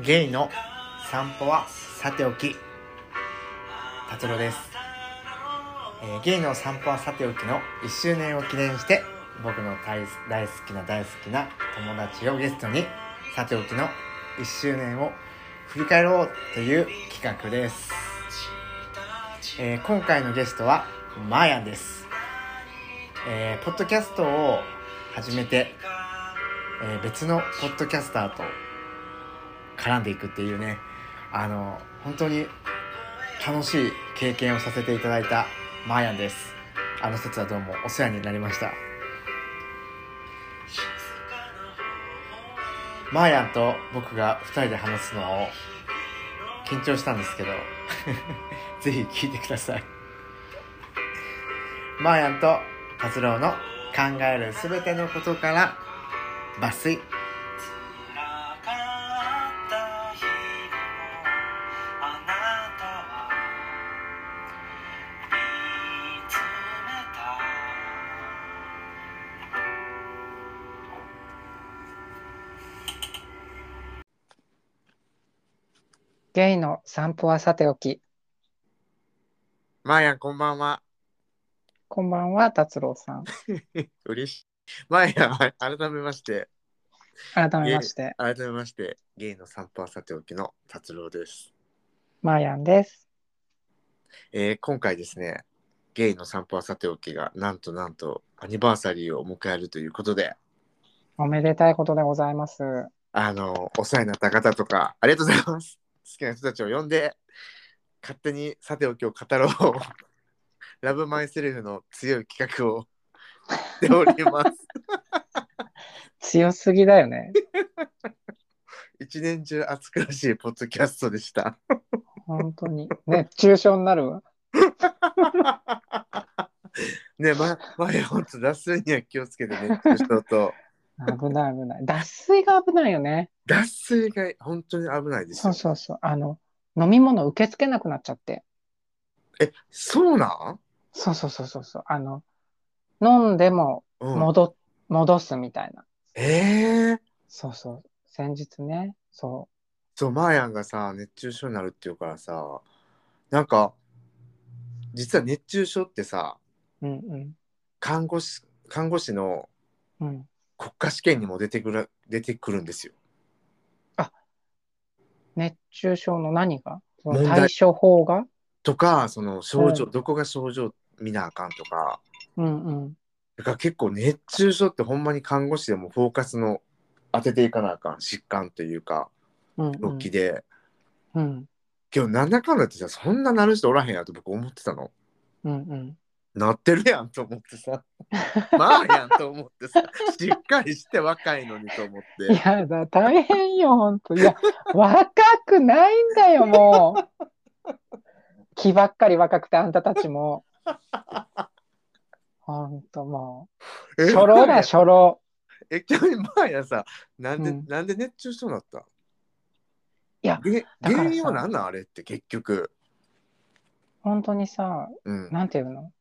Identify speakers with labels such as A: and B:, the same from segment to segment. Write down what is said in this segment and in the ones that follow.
A: ゲイの散歩はさておき達郎です、えーゲイの散歩はさておきの1周年を記念して僕の大大好きな大好きな友達をゲストにさておきの1周年を振り返ろうという企画です、えー今回のゲストはマーヤンです、えーポッドキャストを始めてえー別のポッドキャスターと絡んでいくっていうねあの本当に楽しい経験をさせていただいたマーヤンですあの節はどうもお世話になりましたマーヤンと僕が2人で話すのを緊張したんですけど ぜひ聞いてくださいマーヤンと達郎の考えるすべてのことから抜粋
B: ゲイの散歩はさておき。
A: マーヤンこんばんは。
B: こんばんは、達郎さん。
A: 嬉しい。マーヤン、はい 改めまして、
B: 改めまして、
A: 改めまして、ゲイの散歩はさておきの達郎です。
B: マーヤンです。
A: えー今回ですね、ゲイの散歩はさておきが、なんとなんと、アニバーサリーを迎えるということで、
B: おめでたいことでございます。
A: あの、お世話になった方とか、ありがとうございます。好きな人たちを呼んで、勝手にさておきを語ろう。 ラブマイセルフの強い企画をしております。
B: 強すぎだよね。
A: 一年中暑苦しいポッドキャストでした。
B: 本当に。熱中症になるわ。
A: ねま、前ほんと脱水には気をつけてね、熱中症と。
B: 危ない危ない。脱水が危ないよね。
A: 脱水が本当に危ないです
B: そう
A: よ。
B: そうそう。あの、飲み物受け付けなくなっちゃって。
A: え、そうなん
B: そうそうそうそうそう。あの、飲んでも
A: うん。
B: 戻,、戻すみたいな。
A: えー、
B: そうそう。先日ね、そ
A: そう、マーヤンがさ、熱中症になるっていうからさ、なんか、実は熱中症ってさ、
B: う。うんうん。
A: 看護師、看護師の
B: うん、
A: 国家試験にも出てくる、出てくるんですよ。
B: 熱中症の何がその
A: 問題
B: 対処法が
A: とか、その症状、
B: う
A: どこが症状見なあかんとか、
B: うんうん。
A: だから結構熱中症ってほんまに看護師でもフォーカスの当てていかなあかん疾患というか
B: うんう
A: 病
B: ん
A: 気で、
B: うん
A: けどなんだかんだってさそんななる人おらへんやと僕思ってたの
B: うんうん
A: なってるやんと思って さまあやんと思ってさしっかりして若いのにと思っ
B: い
A: て
B: やだ大変よ本当いや 若くないんだよもう気ばっかり若くてあんたたちも本当もう
A: え
B: 初老だ初老
A: えちなみにまあやさなんで、
B: うん
A: なんで熱中症になった
B: いや
A: げ
B: だからさ
A: 原因は何なんあれって結局
B: 本当にさ
A: うん
B: なんていうの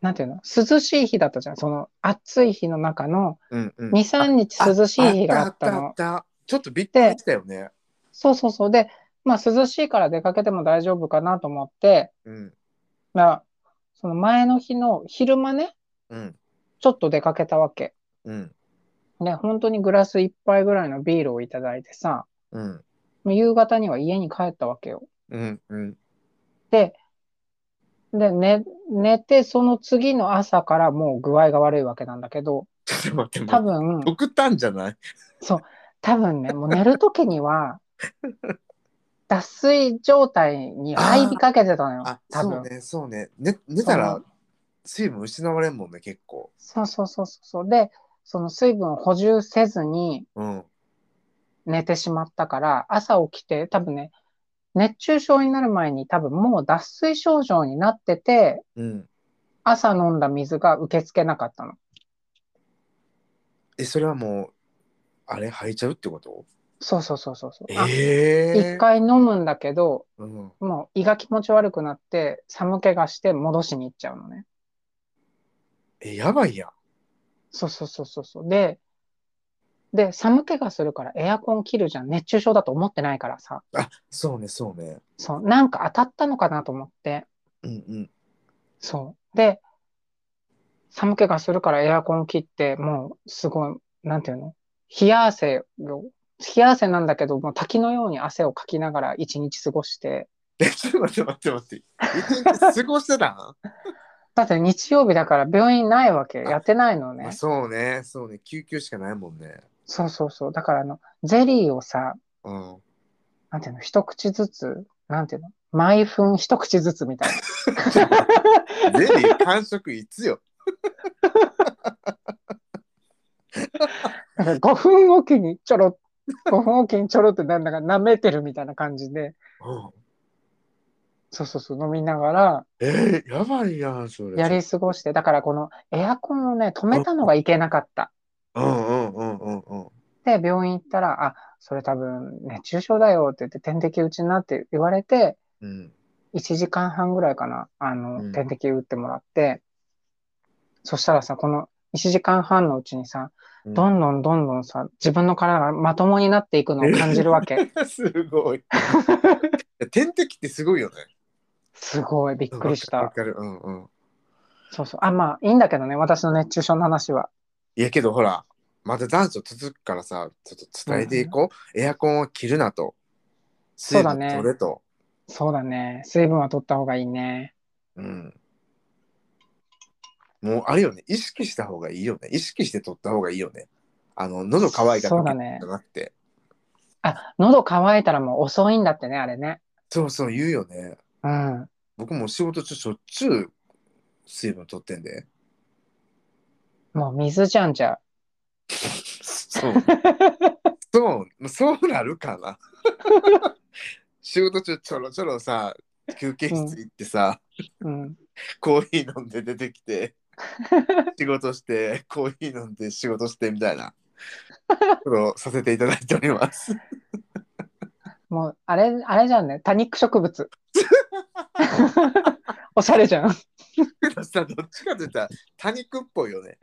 B: なんていうの涼しい日だったじゃんその暑い日の中の
A: うんうん
B: 23日涼しい日があった
A: あ
B: の
A: ったあったちょっとびっくりしたよね
B: そうそうそうでまあ涼しいから出かけても大丈夫かなと思って
A: うん
B: まあその前の日の昼間ね
A: うん
B: ちょっと出かけたわけ。
A: うん
B: ね、本当にグラス一杯ぐらいのビールをいただいてさ、
A: うん
B: もう夕方には家に帰ったわけよ。
A: うんうん
B: で、で、寝、寝て、その次の朝からもう具合が悪いわけなんだけど、
A: ちょっと待って、
B: 多
A: 多分
B: 分、
A: 極端じゃない
B: 多分ね、もう寝る時 には、脱水状態に入りかけてたのよ
A: あ、、
B: 多
A: そう
B: 分。
A: ね、そうね。ね寝た
B: そ
A: ら
B: う
A: 水分失われんもんね、結構。
B: そうそうそうそう。で、その水分を補充せずに、
A: うん。
B: 寝てしまったから、朝起きて、多分ね、熱中症になる前に多分もう脱水症状になってて、
A: うん。
B: 朝飲んだ水が受け付けなかったの。
A: え、それはもう、あれ、吐いちゃうってこと
B: そうそうそうそうそう。あ
A: ええ
B: 一回飲むんだけど、
A: うん。
B: もう胃が気持ち悪くなって、寒気がして戻しに行っちゃうのね。
A: え、やばいやん。
B: そうそうそうそうそう。で、で、寒気がするからエアコン切るじゃん。熱中症だと思ってないからさ。
A: そうね、そうね。
B: そう、なんか当たったのかなと思って。
A: うんうん。
B: そう。で、寒気がするからエアコン切って、もうすごい、なんていうの冷や汗を、冷や汗なんだけど、もう滝のように汗をかきながら一日過ごして、
A: え、ちょっと待って待って待って。一日過ごしてたん、
B: だって日曜日だから病院ないわけ、やってないの
A: ま
B: ね
A: あ、。そうね、そうね。救急しかないもんね。
B: そうそうそう。だからあの、ゼリーをさ、
A: うん。
B: なんていうの一口ずつ、なんていうの毎分一口ずつみたいな。
A: ゼリー完食いつよ。
B: だ から5分おきにちょろ、5分おきにちょろってなんだか舐めてるみたいな感じで、
A: うん
B: そうそうそう、飲みながら、
A: えー、やばいやん、それ。
B: やり過ごして、だからこのエアコンをね、止めたのがいけなかった。
A: うんうんうんうんうん。
B: で、病院行ったら、あ、それ多分熱中症だよって言って、点滴打ちになって言われて、
A: うん。
B: 1時間半ぐらいかな、あの、
A: うん
B: 点滴打ってもらって、そしたらさ、この1時間半のうちにさ、
A: うん
B: どんどんどんどんさ、自分の体がまともになっていくのを感じるわ け。
A: すご い。天敵ってすごいよね。
B: すごい、びっくりし
A: わ
B: た。
A: かる。わかるうんうん。
B: そうそう。あ、まあ、いいんだけどね、私の熱中症の話は。
A: いやけどほら、まだ残暑続くからさ、ちょっと伝えていこう。エアコンを切るなと。
B: そうだね
A: 水分取れと。
B: そうだね。水分は取った方がいいね。
A: うん。もうあれよね、意識した方がいいよね。意識して取った方がいいよね。あの、喉乾いた
B: そう
A: じ
B: だ
A: ゃ
B: ね
A: なくて。
B: あ、喉乾いたらもう遅いんだってね、あれね。
A: そうそう言うよね。
B: うん。
A: 僕も仕事中しょっちゅう水分取ってんで。
B: もう水じゃんじゃ。
A: そう。そう、そうなるかな。 仕事中ちょろちょろさ、休憩室行ってさ、
B: うん。
A: コーヒー飲んで出てきて、仕事して、コーヒー飲んで仕事してみたいな、ことをさせていただいております。
B: もう、あれ、あれじゃんね。多肉 植物。おしゃれじゃん。
A: さ、どっちかって言ったら、多肉っぽいよね。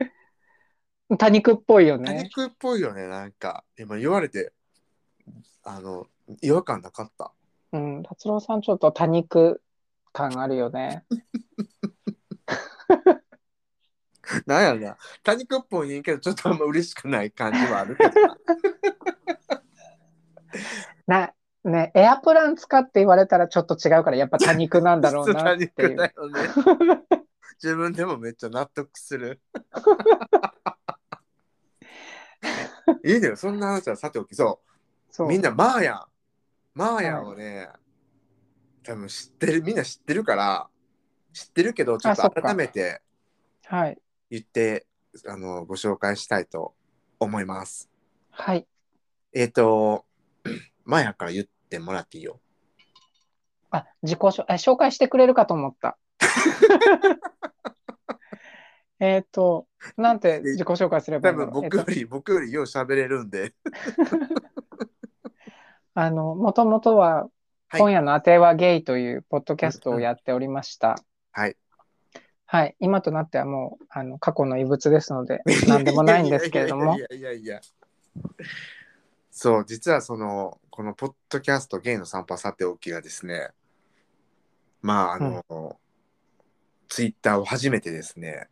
B: 多肉っぽいよ
A: 多
B: ね。
A: 肉っぽいよね、なんか。今言われて、あの、違和感なかった。
B: うん。達郎さん、ちょっと多肉感あるよね。
A: なんやろな、多肉っぽいねんけど、ちょっとあんま嬉しくない感じはあるけどな。
B: な、ね、エアプラン使って言われたらちょっと違うから、やっぱ多肉なんだろうなっていう。
A: そう多肉だ よね自分でもめっちゃ納得する。いいねよ、そんな話はさておきそ。
B: そうう
A: みんなマーヤン。マーヤンをね、多分知ってる、みんな知ってるから、知ってるけど、ちょっ
B: あそ
A: と
B: っか
A: 改めて
B: はい。
A: 言って、あの、ご紹介したいと思います。
B: はい。
A: えっ、 と、マーヤンから言ってもらっていいよ。
B: あ、自己紹え紹介してくれるかと思った。 えっと、なんて自己紹介すれば
A: 多
B: いいんだ
A: 分
B: ろう。
A: 僕
B: え
A: よ
B: っと
A: り、僕よりよう喋れるんで。
B: あの、もともとは、
A: はい
B: 今夜のあてはゲイというポッドキャストをやっておりました。
A: はい。
B: はい。今となってはもう、あの、過去の遺物ですので、 なんでもないんですけれども
A: い。やいやいやいやいや。そう、実はその、このポッドキャスト、ゲイの散歩さておきがですね、まあ、あの、ツイッターを初めてですね、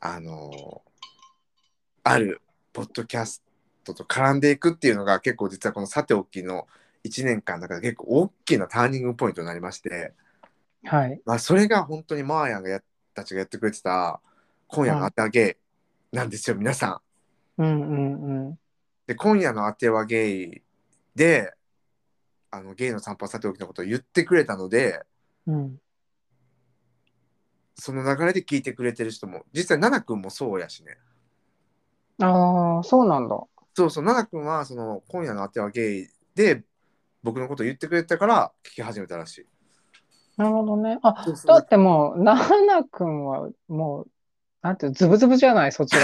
A: あの、あるポッドキャストと絡んでいくっていうのが結構実はこのさておきの1年間の中で結構大きなターニングポイントになりまして、
B: はい。
A: まあ、それが本当にマーヤンがやたちがやってくれてた今夜のあてはゲイなんですよ、皆さん。
B: うんうんうん。
A: で今夜のあてはゲイであのゲイの散歩さておきのことを言ってくれたので
B: うん、
A: その流れで聞いてくれてる人も実際奈々くんもそうやしね
B: ああ、そうなんだ。
A: そうそう奈々くんはその今夜のあてはゲイで僕のことを言ってくれてたから聞き始めたらしい。
B: なるほどね。あ、
A: そうそう
B: だってもう、なはなくんは、もう、なんていうの、ズブズブじゃない、そちら。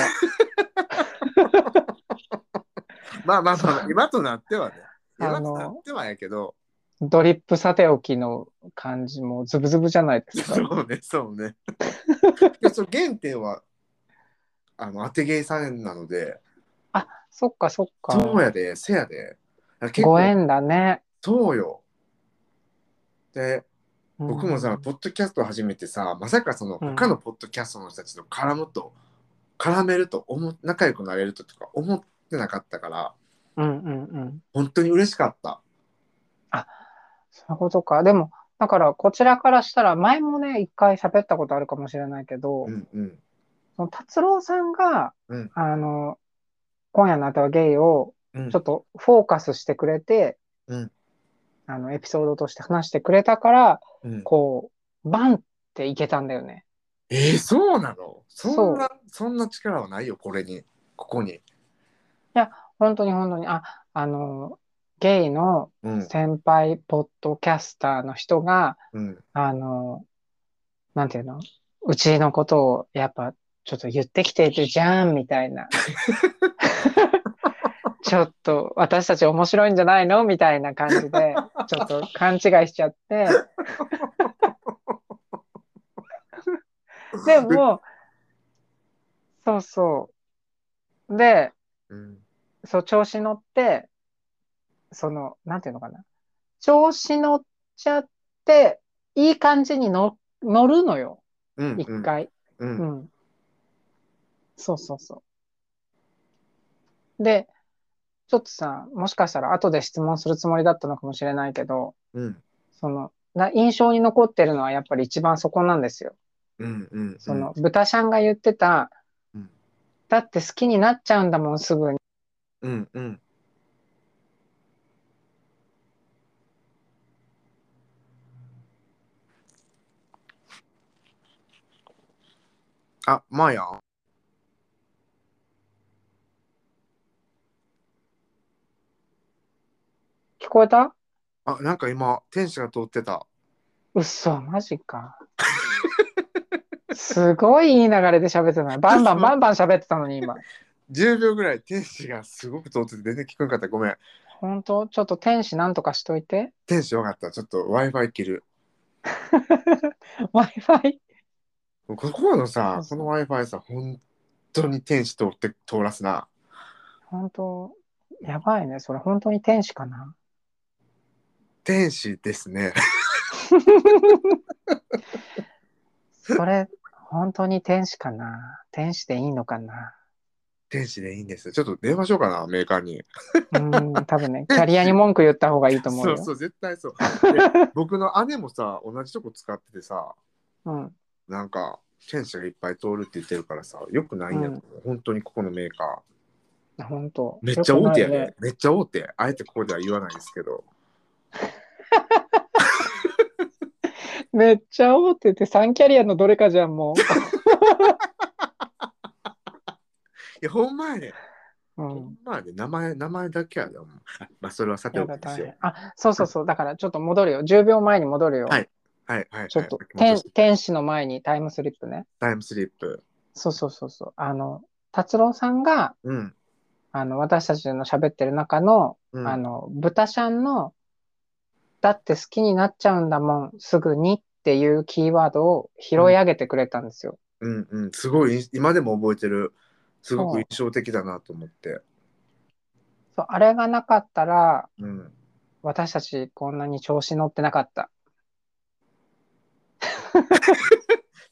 A: まあまあまあまあ今となってはね今
B: あ
A: と
B: の
A: なってはやけど
B: ドリップさておきの感じもズブズブじゃないです か。
A: そうねそう ね。でその原点はあのあてゲイさんなので。
B: あ、そっかそっか。
A: そうやで、せやで。結
B: ご
A: 構、
B: 縁だね。
A: そうよ。で、
B: うん
A: 僕もさ、ポッドキャストを始めてさ、まさかその
B: うん
A: 他のポッドキャストの人たちと絡むと、絡めると思、仲良くなれるととか思ってなかったから、
B: うんうんうん。
A: 本当に嬉しかった。
B: そういうことか。でも、だから、こちらからしたら、前もね、一回喋ったことあるかもしれないけど、
A: うんうん。
B: その達郎さんが、
A: うん
B: あの、今夜のあとはゲイを、
A: うん
B: ちょっとフォーカスしてくれて、
A: うん
B: あの、エピソードとして話してくれたから、
A: うん
B: こう、バンっていけたんだよね。
A: えー、そうなのそん
B: そ
A: な、そんな力はないよ、これに、ここに。
B: 本当に本当に、あ、あの、ゲイの
A: うん、
B: 先輩ポッドキャスターの人が、
A: うん、
B: あの、なんていうのうちのことをやっぱちょっと言ってきてるじゃんみたいな。ちょっと私たち面白いんじゃないのみたいな感じで、ちょっと勘違いしちゃって。でも、そうそう。で、
A: うん、
B: そう、調子乗って、その、なんていうのかな。調子乗っちゃって、いい感じに乗乗るのよ。
A: うん、
B: 一回。
A: う、
B: うんん。そうそうそう。で、ちょっとさ、もしかしたら後で質問するつもりだったのかもしれないけど、
A: うん、
B: その、な印象に残ってるのはやっぱり一番そこなんですよ。
A: うん、うん、
B: その、豚ちゃんが言ってた
A: うん、
B: だって好きになっちゃうんだもん、すぐに。
A: うん、うん、あ、まあやん。
B: 聞こえた
A: あ、なんか今、天使が通ってた。
B: うっそ、マジか。すごいいい流れで喋ってない。バンバンバンバン喋ってたのに今。
A: 10秒ぐらい天使がすごく通ってて全然聞こえなかった。ごめん。
B: 本当ちょっと天使なんとかしとい て。
A: 天使よかった。ちょっと Wi-Fi 切る。
B: Wi-Fi。
A: ここのさ、
B: そ
A: こ
B: うそう
A: の Wi-Fi さ、本当に天使通って通らすな。
B: 本当やばいね。それ本当に天使かな。
A: 天使ですね。
B: それ、本当に天使かな。天使でいいのかな。
A: 天使でいいんです。ちょっと電話しようかな、メーカーに。
B: うん、多 分ね、キャリアに文句言った方がいいと思う
A: そ
B: よ。
A: うそう、絶対そう。 で僕の姉もさ、同じとこ使っててさ、
B: うん。
A: なんか、天使がいっぱい通るって言ってるからさ、よくないんやけど、本当にここのメーカ
B: 本当
A: ー。めっちゃ大手や
B: よく
A: ね
B: ないね。
A: めっちゃ大手。あえてここでは言わないですけど。
B: めっちゃ大手って3キャリアのどれかじゃん、も
A: いや、ほんまやね。
B: う。う
A: ほ
B: ん
A: んまやね。名前、名前だけやで、ほんまあまあ、それはさて
B: や
A: おき
B: だ
A: で
B: 大
A: すよ
B: 変。あ、そうそうそう。だからちょっと戻るよ。10秒前に戻るよ。
A: はいはいはいはい。
B: ちょっと、
A: 気持
B: 天
A: ちいい
B: 天使の前にタイムスリップね。
A: タイムスリップ。
B: そうそうそうそう。あの、達郎さんが、
A: うん。
B: あの、私たちの喋ってる中の、
A: うん、
B: あの、豚ちゃんの、だって好きになっちゃうんだもん、すぐにっていうキーワードを拾い上げてくれたんですよ。
A: うんうん、すごい今でも覚えてるすごく印象的だなと思って、
B: そう、あれがなかったら、
A: うん、
B: 私たちこんなに調子乗ってなかった。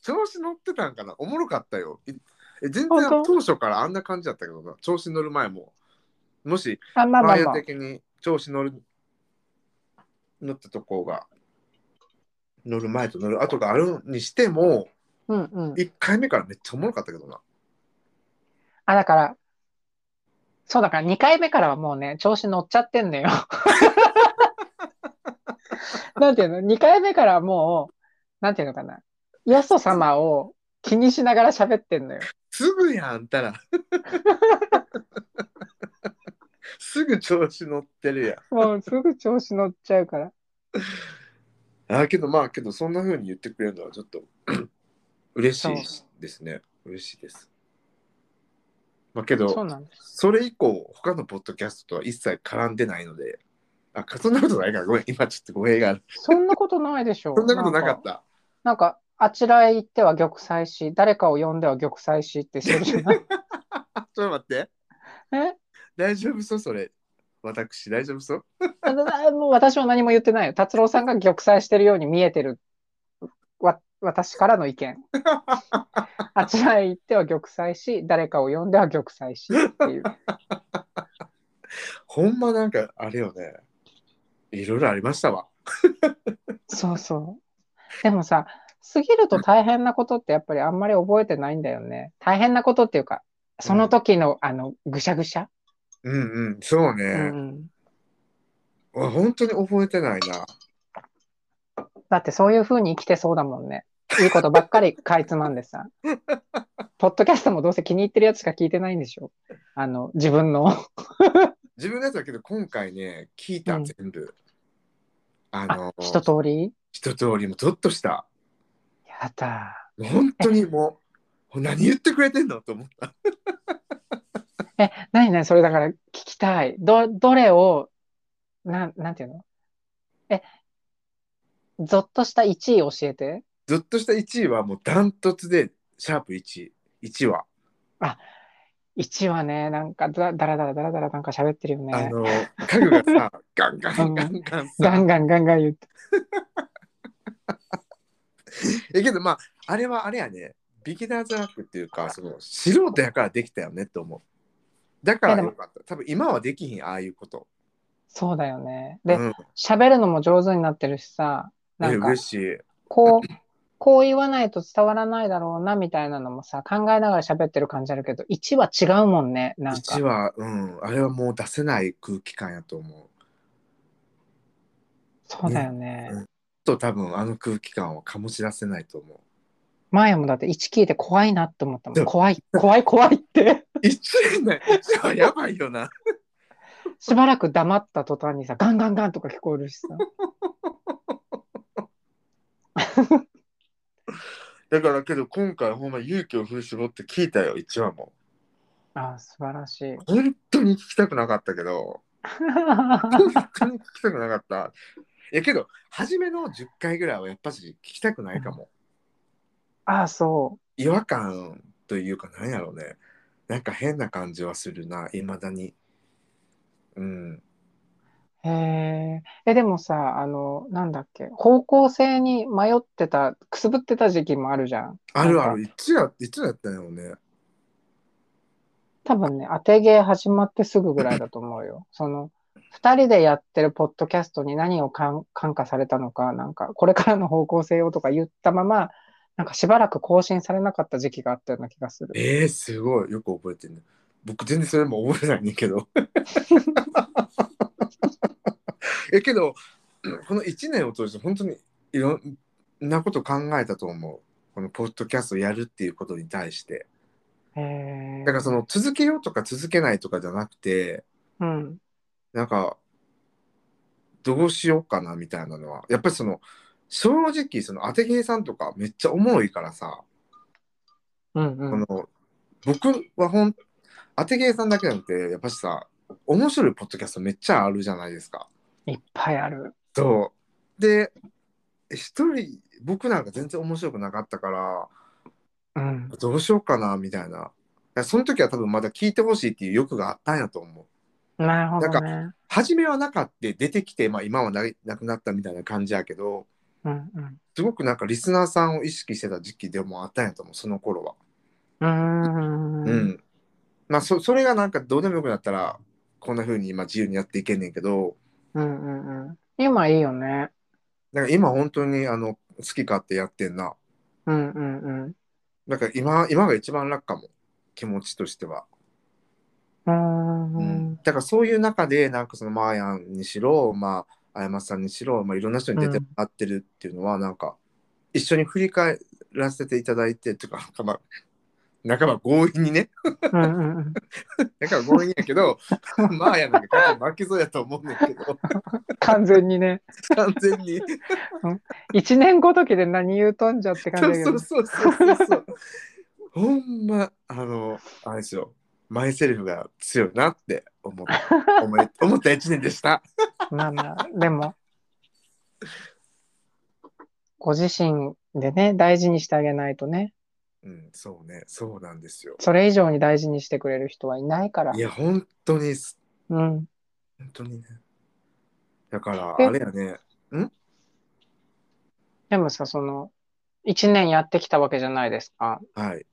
A: 調子乗ってたんかなおもろかったよいえ全然
B: 本当
A: 当初からあんな感じだったけどな調子乗る前ももし
B: あ、まあま
A: マ
B: あ
A: イア
B: まあ。
A: 的に調子乗る乗ったとこが乗る前と乗る後があるにしても
B: うんうん。
A: 1回目からめっちゃおもろかったけどな
B: あ、だから、そうだから2回目からはもうね、調子乗っちゃってんの よ。なんていうの ?2 回目からはもう、なんていうのかな。よそ様を気にしながら喋ってんのよ。
A: すぐやんあんたら すぐ調子乗ってるやん
B: もうすぐ調子乗っちゃうから。
A: あけどまあけどそんな風に言ってくれるのはちょっ と嬉しいですね。嬉しいです。まあけ
B: そう
A: ど
B: なんです。
A: それ以降他のポッドキャストとは一切絡んでないのであかそんなことないからごめん今ちょっと語弊がある。
B: そんなことないでしょう。
A: そんなことなかっ
B: なんか。
A: た。
B: なんかあちらへ行っては玉 砕し、誰かを呼んでは玉砕しってしてるじゃない
A: ちょっと待って。
B: え
A: 大丈夫そうそれ。私、大丈夫そう
B: あのあの私は 何も言ってないよ。達郎さんが玉砕してるように見えてる。わ私からの意見。あちらへ行っては玉砕し、誰かを呼んでは玉砕しっていう。
A: ほんまなんか、あれよね。いろいろありましたわ。
B: そうそう。でもさ、過ぎると大変なことってやっぱりあんまり覚えてないんだよね。大変なことっていうか、その時の、あの、ぐしゃぐしゃ。
A: うんうん、そう
B: う
A: ね。
B: んうん
A: わ本当に覚えてないな。
B: だってそういう風に生きてそうだもんね。いいことばっかりかいつまんでさ。ポッドキャストもどうせ気に入ってるやつしか聞いてないんでしょ。あの、自分の。
A: 自分のやつだけど、今回ね、聞いた、
B: うん
A: 全部。あ
B: あ
A: の、、
B: 一通り
A: 一通りもゾッとした。
B: やだ。
A: 本当 にもう、何言ってくれてんのと思った。
B: え、なになにそれだから聞きたい。ど、どれを、なん、なんていうのえ、ゾッとした1位教えて。
A: ずっとした1位はもうダントツで、シャープ1、1は。
B: 1はね、なんかだ、だらだらだらだらなんか喋ってるよ
A: あ
B: ね。
A: の、家具が さ、ガンガンガンガン
B: ガ
A: さ。
B: ンガンガンガン言って。
A: えけどまあ、あれはあれやね、ビギナーズラックっていうか、その素人やからできたよねって思う。だからよかった。多分今はできひん、ああいうこと。
B: そうだよね。で
A: う、ん、
B: 喋るのも上手になってるしさ、な
A: え
B: んか
A: 嬉、しい。
B: こう、こう言わないと伝わらないだろうな、みたいなのもさ、考えながら喋ってる感じあるけど、1は違うもんね、なんか
A: 1。は、うん、あれはもう出せない空気感やと思う。
B: そうだよね。
A: うんと多分あの空気感を醸し出せないと思
B: 前もだって1聞いて怖いなって思ったも
A: そ
B: ん。
A: う
B: 怖い、怖い、怖いって。
A: う。1ね、1はやばいよな。
B: しばらく黙った途端にさ、ガンガンガンとか聞こえるしさ。
A: だからけど今回ほんま勇気を振り絞って聞いたよ、1話も。
B: ああ、素晴らしい。
A: 本当に聞きたくなかったけど、本当に聞きたくなかった。いやけど、初めの10回ぐらいはやっぱし聞きたくないかも。
B: ああ、そ
A: 違和感というかなんやろうね。なんか変な感じはするな、いまだに。うん。
B: う。へえ。え、でもさ、あの、なんだっけ、方向性に迷ってた、くすぶってた時期もあるじゃん。
A: あるある、いつや、いつやったんやろうね。
B: 多分ね、当て芸始まってすぐぐらいだと思うよ。 その、二人でやってるポッドキャストに何をかん感化されたのか、なんか、これからの方向性をとか言ったまま、なんかしばらく更新されなかった時期があったような気がする。
A: えー、すごい。よく覚えてるね。僕、全然それも覚えてないねんけど。 え、けど、 この1年を通して、本当にいろんなこと考えたと思う。このポッドキャストをやるっていうことに対して。
B: へ
A: だ
B: え
A: から、その続けようとか続けないとかじゃなくて、
B: うん。
A: なんか、どうしようかなみたいなのは、やっぱりその、正直、その、当て芸さんとかめっちゃおもろいからさ、
B: うん
A: こ
B: うん。
A: の僕はほん当て芸さんだけじゃなくてやっぱしさ面白いポッドキャストめっちゃあるじゃないですか。
B: いっぱいある。
A: そうで一人僕なんか全然面白くなかったから
B: うん。
A: どうしようかなみたいな。だからその時は多分まだ聞いてほしいっていう欲があったんやと思う。
B: なるほど
A: な
B: ね。
A: 初めはなかって出てきて、まあ、今はななくなったみたいな感じやけど
B: うんうん。
A: すごくなんかリスナーさんを意識してた時期でもあったんやと思うその頃は。
B: うーん。
A: う。ん。まあそそれがなんかどうでもよくなったらこんな風に今自由にやっていけんねんけど
B: うんうんうん。今いいよね。
A: なんか今本当にあの好き勝手やってんな。
B: うんうんうん。
A: なんか今今が一番楽かも気持ちとしては。
B: うーん。
A: だからそういう中でなんかそのマーヤンにしろまああやまさんにしろ、まあ、いろんな人に出てもらってるっていうのはなんか一緒に振り返らせていただいてとかまあ仲間強引にね
B: うんうんうん。
A: だから強引やけどマーヤンなんか負けそうやと思うねんけど
B: 完全にね。
A: 完全に。
B: 一年ごときで何言うとんじゃって感じだけど。
A: そうそうそうそうそう。 ほんま、あの、あれですよ。マイセルフが強いなって思った、思 え思った一年でした。
B: まあまあ、でも、ご自身でね、大事にしてあげないとね。
A: うん、そうね、そうなんですよ。
B: それ以上に大事にしてくれる人はいないから
A: い。や、本当にす、
B: うん。
A: 本当にね。だから、
B: え
A: あれやね、
B: でもさ、その、一年やってきたわけじゃないですか。
A: はい。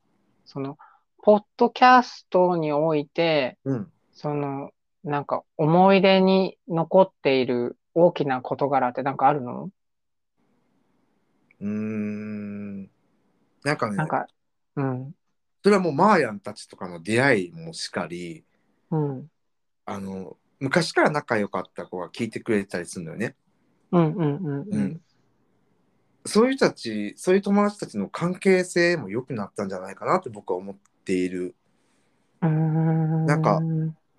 B: その、ポッドキャストにおいて、
A: うん、
B: その、なんか思い出に残っている大きな事柄ってなんかあるの
A: うーん。なんかね、
B: なんか、うん、
A: それはもうマーヤンたちとかの出会いもしかり、
B: うん、
A: あの、昔から仲良かった子が聞いてくれたりするのよね。
B: うん、うん、うん、
A: う
B: うんん。
A: そういう人たち、そういう友達たちの関係性も良くなったんじゃないかなって僕は思っている。
B: うーん
A: なんか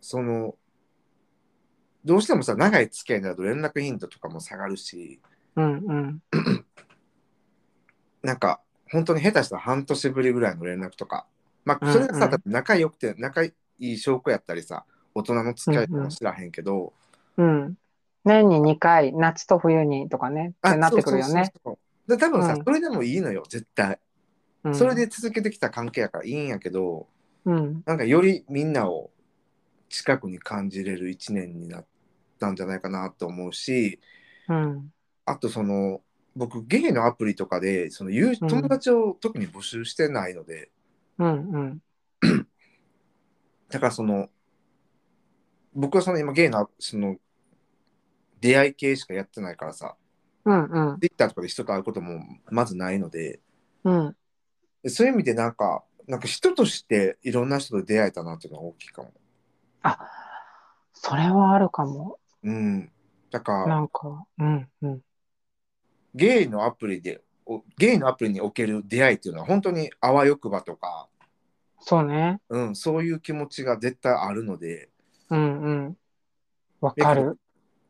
A: その、どうしてもさ、長い付き合いだと連絡頻度とかも下がるし、
B: うん、うん、
A: なんか、本当に下手したら半年ぶりぐらいの連絡とか。まあ、それがさ、
B: うんうん
A: だって仲良くて、仲いい証拠やったりさ、大人の付き合いかもしらへんけど、
B: うん。年に2回、夏と冬にとかね、ってなってくるよね。。
A: そうそうそうで多分さ、
B: うん
A: それでもいいのよ、絶対。
B: うん
A: それで、続けてきた関係やからいいんやけど、
B: うん、
A: なんかよりみんなを近くに感じれる一年になったんじゃないかなと思うし、
B: うん、
A: あとその、僕、ゲイのアプリとかで、その友友達を特に募集してないので、
B: うん、うん、
A: だからその、僕はその今ゲイの、その、出会い系しかやってないからさ、
B: うん、うん、
A: Twitter とかで人と会うこともまずないので、
B: うん。
A: でそういう意味でなんか、なんか人としていろんな人と出会えたなっていうのは大きいかも。
B: あ、それはあるかも。
A: うん。だから、
B: なんか、うん、うん、
A: ゲイのアプリで、おゲイのアプリにおける出会いっていうのは本当にあわよくばとか、
B: そうね。
A: うん、そういう気持ちが絶対あるので、
B: うん、うん。わかる。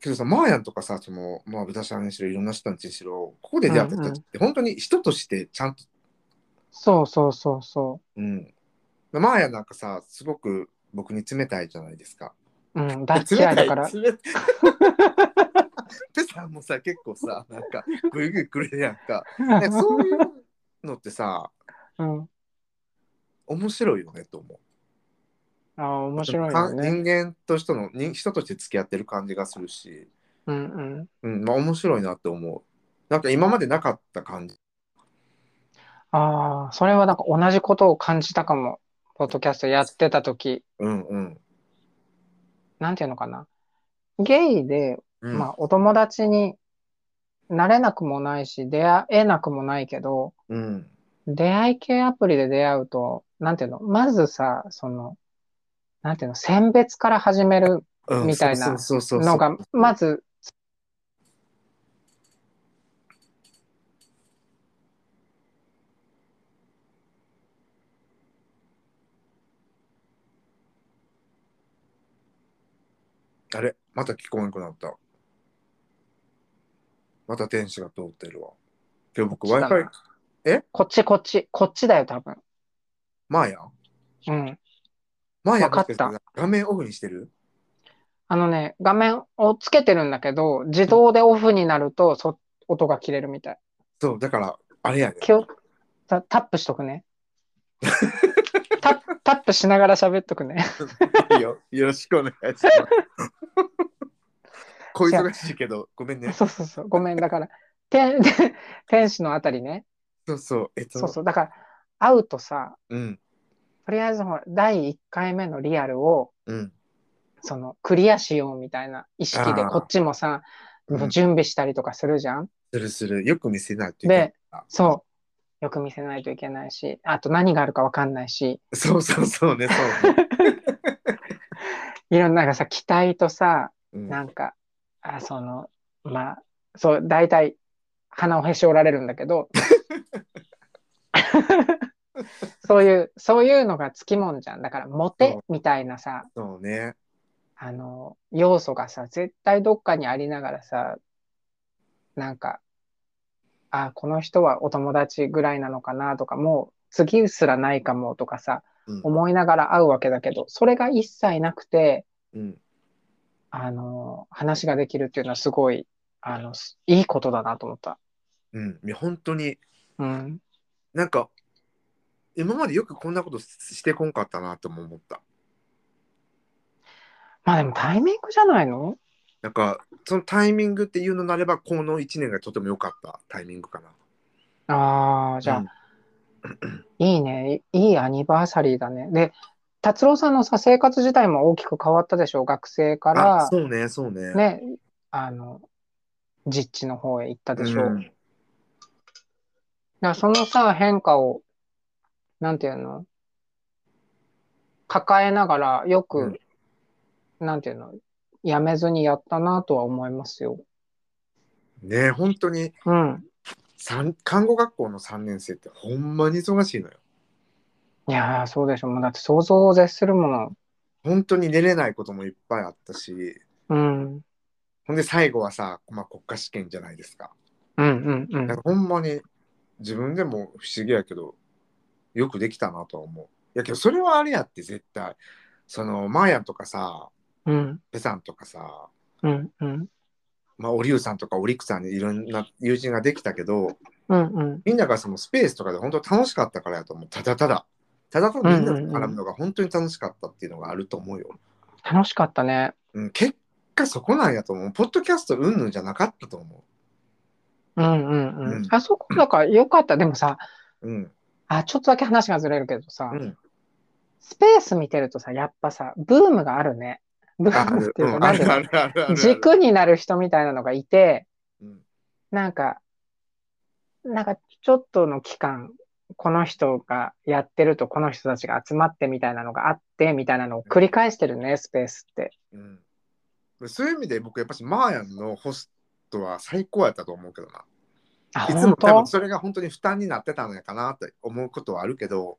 A: けどさ、マーヤンとかさ、その、まあ、豚しゃんにしろ、いろんな人たちにしろ、ここで出会った人たちって本当に人としてちゃんと、
B: そうそうそうそ
A: うん。マーヤンなんかさ、すごく僕に冷たいじゃないですか。
B: う。うん、ダッチアイだから。
A: 冷たい。 ペさんもさ、結構さ、なんか、ぐいぐいくれるやんか。ねそういうのってさ、
B: うん。
A: 面白いよねと思う。
B: ああ、面白いよ
A: か
B: ね。
A: 人間としての人、人として付き合ってる感じがするし、
B: うんうん。
A: うん、まあ面白いなって思う。なんか今までなかった感じ。
B: ああ、それはなんか同じことを感じたかも。ポッドキャストやってた時、
A: うんうん。
B: なんていうのかな。ゲイで、
A: うん、
B: まあ、お友達になれなくもないし、出会えなくもないけど、
A: うん。
B: 出会い系アプリで出会うと、なんていうの、まずさ、その、なんていうの、選別から始める
A: うん
B: みたいな
A: そうそうそうそう
B: のが、まず、
A: あれまた聞こえなくなった。また天使が通ってるわ。今日僕
B: こっちだな
A: Wi-Fi、
B: こっちこっち、こっちだよ、多分。
A: マーヤン
B: うん。
A: マーヤン
B: わかった
A: もしかして画面オフにしてる
B: あのね、画面をつけてるんだけど、自動でオフになると、そ、音が切れるみたい。
A: そう、だから、あれやね。
B: 気を、タタップしとく ね。タップ、タップしながら喋っとくね。
A: いいよよろしくお願いし ます。小忙しいけど、ごめんね。
B: そうそうそう。ごめん。だから、天、 天使のあたりね。
A: そうそう、えっと、
B: そうそう。だから、会うとさ、
A: うん、
B: とりあえずほら、第1回目のリアルを、
A: うん、
B: その、クリアしようみたいな意識で、
A: あー
B: こっちもさ、
A: うん
B: もう準備したりとかするじゃん。
A: するする、よく見せないといけないから。
B: そう。よく見せないといけないし、あと何があるかわかんないし、
A: そうそうそうね、そう ね。
B: いろんな、なんかさ、期待とさ、
A: うん
B: なんか、あその、まあ、そう、大体、鼻をへし折られるんだ けど、そういう、そういうのがつきもんじゃん。だから、モテみたいなさ、
A: そうね。
B: あの、要素がさ、絶対どっかにありながらさ、なんか、あ、この人はお友達ぐらいなのかなとか、もう次すらないかもとか
A: う
B: さ、
A: ん
B: 思いながら会うわけだけど、それが一切なくて、
A: うん、
B: あの、話ができるっていうのはすごい、あの、すいいことだなと思った。
A: うん、いや本当に、
B: うん。
A: なんか、今までよくこんなことししてこんかったなとも思った。
B: まあでもタイミングじゃないの
A: なんか、そのタイミングっていうのなれば、この1年がとても良かったタイミングかな。
B: ああ、じゃあ、
A: うん
B: いいね。いいアニバーサリーだね。で、達郎さんのさ、生活自体も大きく変わったでしょ学生か
A: あ
B: ら、
A: そうね、そうね。
B: ね、あの、実地の方へ行ったでしょ
A: う
B: だか
A: ん
B: らそのさ、変化を、なんていうの抱えながら、よく、なんていうのやめずにやったなとは思いますよ。
A: ね本当に
B: うん。
A: 三看護学校の3年生ってほんまに忙しいのよ。
B: いやー、そうでしょ。もうだって想像を絶するもの。
A: 本当に寝れないこともいっぱいあったし、
B: うん。うん
A: ほんで最後はさ、まあ、国家試験じゃないですか。
B: うんうん
A: なん。かほんまに自分でも不思議やけど、よくできたなとは思う。やけどそれはあれやって絶対。そのマーヤンとかさ、
B: うん
A: ペさんとかさ、
B: うんうん。
A: まあ、オリュウさんとかオリクさんにいろんな友人ができたけど、
B: うんうん。
A: みんながそのスペースとかで本当楽しかったからやと思う。ただただ。ただただみんなと絡むのが本当に楽しかったっていうのがあると思うよ。
B: 楽しかったね。
A: うん、結果そこなんやと思う。ポッドキャストうんぬんじゃなかったと思
B: うんうんう
A: うんん。
B: あそこだから良かった。でもさ、
A: う。うん。
B: あ、ちょっとだけ話がずれるけどさ
A: う、ん。
B: スペース見てるとさ、やっぱさ、ブームがあるね。ブ
A: あ
B: ームっ
A: る、
B: て
A: う
B: いうか、
A: ん、
B: な
A: あ
B: んてい
A: る
B: うの
A: あるあるある。
B: 軸になる人みたいなのがいて、
A: うん
B: なんか、なんかちょっとの期間、この人がやってるとこの人たちが集まってみたいなのがあって、みたいなのを繰り返してるね、スペースって。
A: うん、そういう意味で僕やっぱしマーヤンのホストは最高やったと思うけどな。
B: あ、
A: いつも
B: 本
A: 多
B: 当
A: 分それが本当に負担になってたのやかなって思うことはあるけど、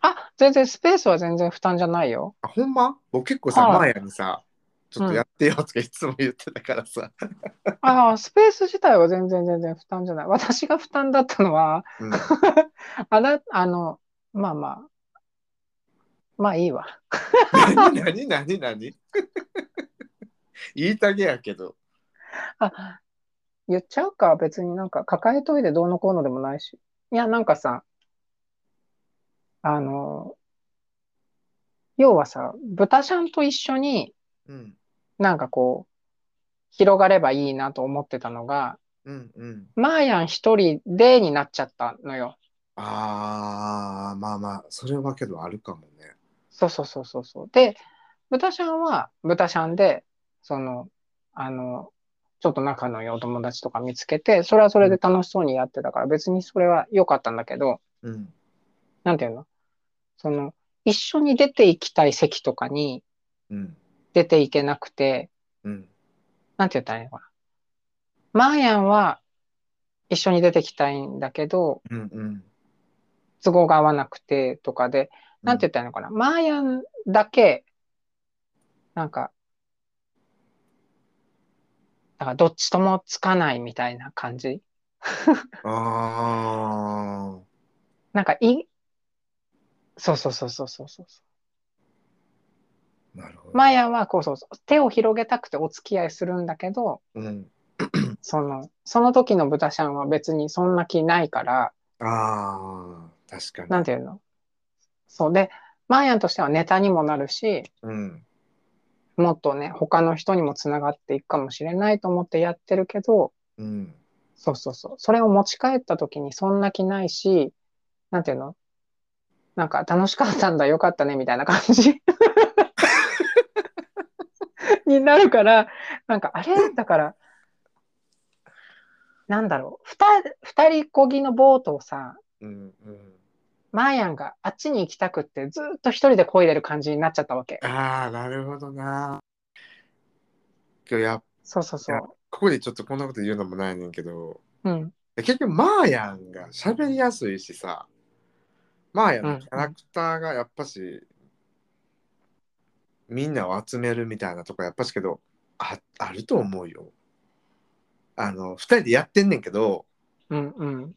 B: あ、全然スペースは全然負担じゃないよ。
A: あほんま僕結構さ、
B: はい
A: マーヤンにさ、ちょっとやってよとかいつも言ってたからさ。
B: ああ、スペース自体は全然全然負担じゃない。私が負担だったのは、
A: うん、
B: あな、あの、まあまあ、まあいいわ。
A: 何何何何 言いたげやけど。
B: あ、言っちゃうか、別になんか抱えといてどうのこうのでもないし。いや、なんかさ、あの、要はさ、豚ちゃんと一緒に
A: うん
B: なんかこう、広がればいいなと思ってたのが、
A: うんうん。
B: マーヤン一人でになっちゃったのよ。
A: ああ、まあまあ、それはけどあるかもね。
B: そうそうそうそうそう。で、豚ちゃんは豚ちゃんで、その、あの、ちょっと仲のいいお友達とか見つけて、それはそれで楽しそうにやってたから、別にそれは良かったんだけど、
A: うん。
B: なんていうのその、一緒に出ていきたい席とかに
A: うん。
B: 出ていけなくて、
A: うん。
B: なんて言ったらいいのかな。マーヤンは一緒に出てきたいんだけど、
A: うん。うん。
B: 都合が合わなくてとかで、なんて言ったらいいのかな、マーヤンだけ、なんか、だからどっちともつかないみたいな感じ。
A: ああ。
B: なんかい、そうそうそうそうそうそう。
A: なるほど。
B: マーヤンはこうそうそう、手を広げたくてお付き合いするんだけど、
A: うん。
B: その、その時のブタシャンは別にそんな気ないから、
A: ああ、確かに。
B: なんていうのそうで、マーヤンとしてはネタにもなるし、
A: うん。
B: もっとね、他の人にもつながっていくかもしれないと思ってやってるけど、
A: うん。
B: そうそうそう。それを持ち帰った時にそんな気ないし、なんていうのなんか楽しかったんだ、よかったね、みたいな感 じになるから、なんかあれだから、なんだろう。二人、二人こぎのボートをさ、
A: うん。うん。
B: マーヤンがあっちに行きたくってずっと一人で漕いでる感じになっちゃったわけ。
A: ああ、なるほどな。今日や、
B: そうそうそ
A: いや
B: う。
A: ここでちょっとこんなこと言うのもないねんけど、
B: うん。
A: 結局マーヤンが喋りやすいしさ、マーヤンのキャラクターがやっぱし、みんなを集めるみたいなとこやっぱしけど、ああると思うよ。あの、二人でやってんねんけど、
B: うんうん。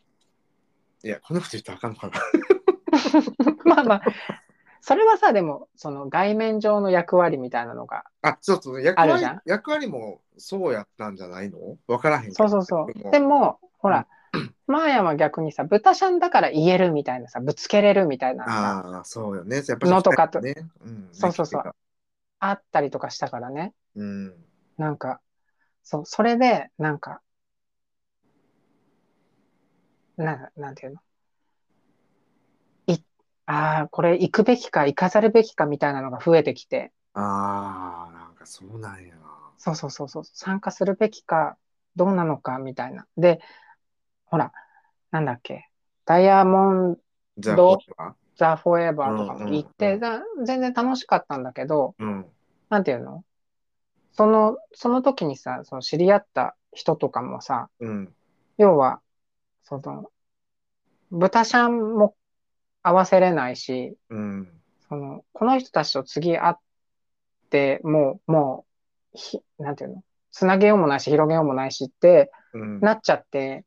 A: いや、こんなこと言ったらあかんのかな。
B: まあまあ、それはさ、でも、その外面上の役割みたいなのが
A: あ、そうそう、役
B: ある
A: 割
B: じゃん
A: 役割もそうやったんじゃないのわからへんけ
B: そ
A: ど
B: うそうそう。
A: でも
B: でも、ほら、マーヤンは逆にさ、豚ちゃんだから言えるみたいなさ、ぶつけれるみたいなさ、
A: ああ、そうよね。やっぱり
B: のとかと
A: ね。うん、
B: そうそうそう
A: ね。
B: あったりとかしたからね。
A: うん。
B: なんか、そう、それで、なんか、な、なんていうのい、ああ、これ行くべきか行かざるべきかみたいなのが増えてきて、
A: ああ、なんかそうなんやな。
B: そうそうそうそう、参加するべきか、どうなのかみたいな。で、ほら、なんだっけ、ダイヤモン
A: じゃあ、
B: どう
A: これは
B: ザ・フォーエバーとかも行って、
A: うん
B: だ全然楽しかったんだけど、
A: うん。
B: なんていうのその、その時にさ、その知り合った人とかもさ、
A: うん。
B: 要は、その、豚ちゃんも合わせれないし、
A: うん。
B: その、この人たちと次会って、もう、もう、ひ、なんていうのつなげようもないし、広げようもないしって、
A: うん。
B: なっちゃって、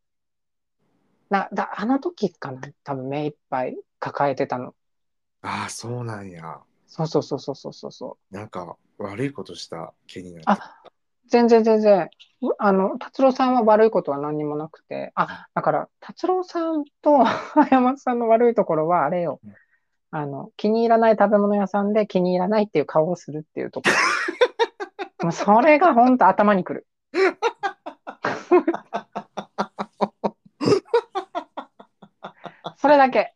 B: な、だ、あの時かな多分目いっぱい抱えてたの。
A: ああ、そうなんや。
B: そうそうそうそうそうそうそう。
A: なんか悪いことした気になった。
B: あ、全然全然。うあの、達郎さんは悪いことは何にもなくて、あ、だから、達郎さんと山本さんの悪いところは、あれよ
A: うん。
B: あの、気に入らない食べ物屋さんで気に入らないっていう顔をするってい うところ。もうそれが本当頭にくる。それだけ。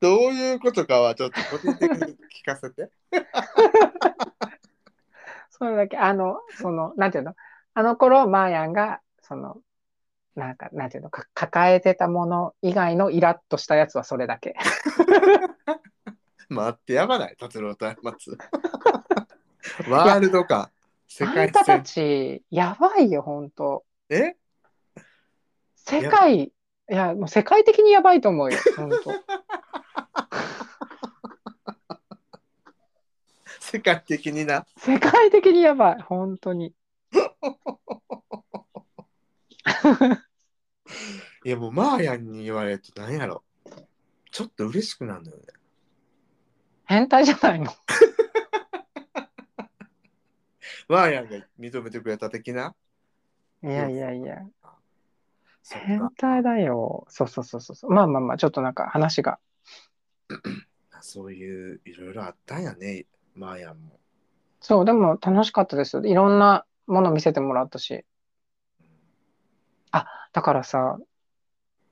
A: どういうことかはちょっと個人的に聞かせて。
B: それだけ、あの、その、なんていうの、あの頃、マーヤンが、その、なんか、なんていうのか、抱えてたもの以外のイラッとしたやつはそれだけ。
A: 待ってやまない、達郎と山 津。ワールドか、世
B: あ
A: 界
B: んたた
A: 戦。
B: ち、やばいよ、ほんと。
A: え
B: 世界、いや、もう世界的にやばいと思うよ、ほんと。
A: 世界的にな。
B: 世界的にやばい、ほんとに。
A: いやもうマーヤンに言われると何やろ。ちょっと嬉しくなるのよね。
B: 変態じゃないの。
A: マーヤンが認めてくれた的な。
B: いやいやいや、
A: そっ
B: 変
A: か
B: 態だよ。そうそうそうそう。まあまあまあ、ちょっとなんか話が。
A: そういういろいろあったんやね、マーヤンも。
B: そう、でも楽しかったですよ。いろんなもの見せてもらったし。あ、だからさ、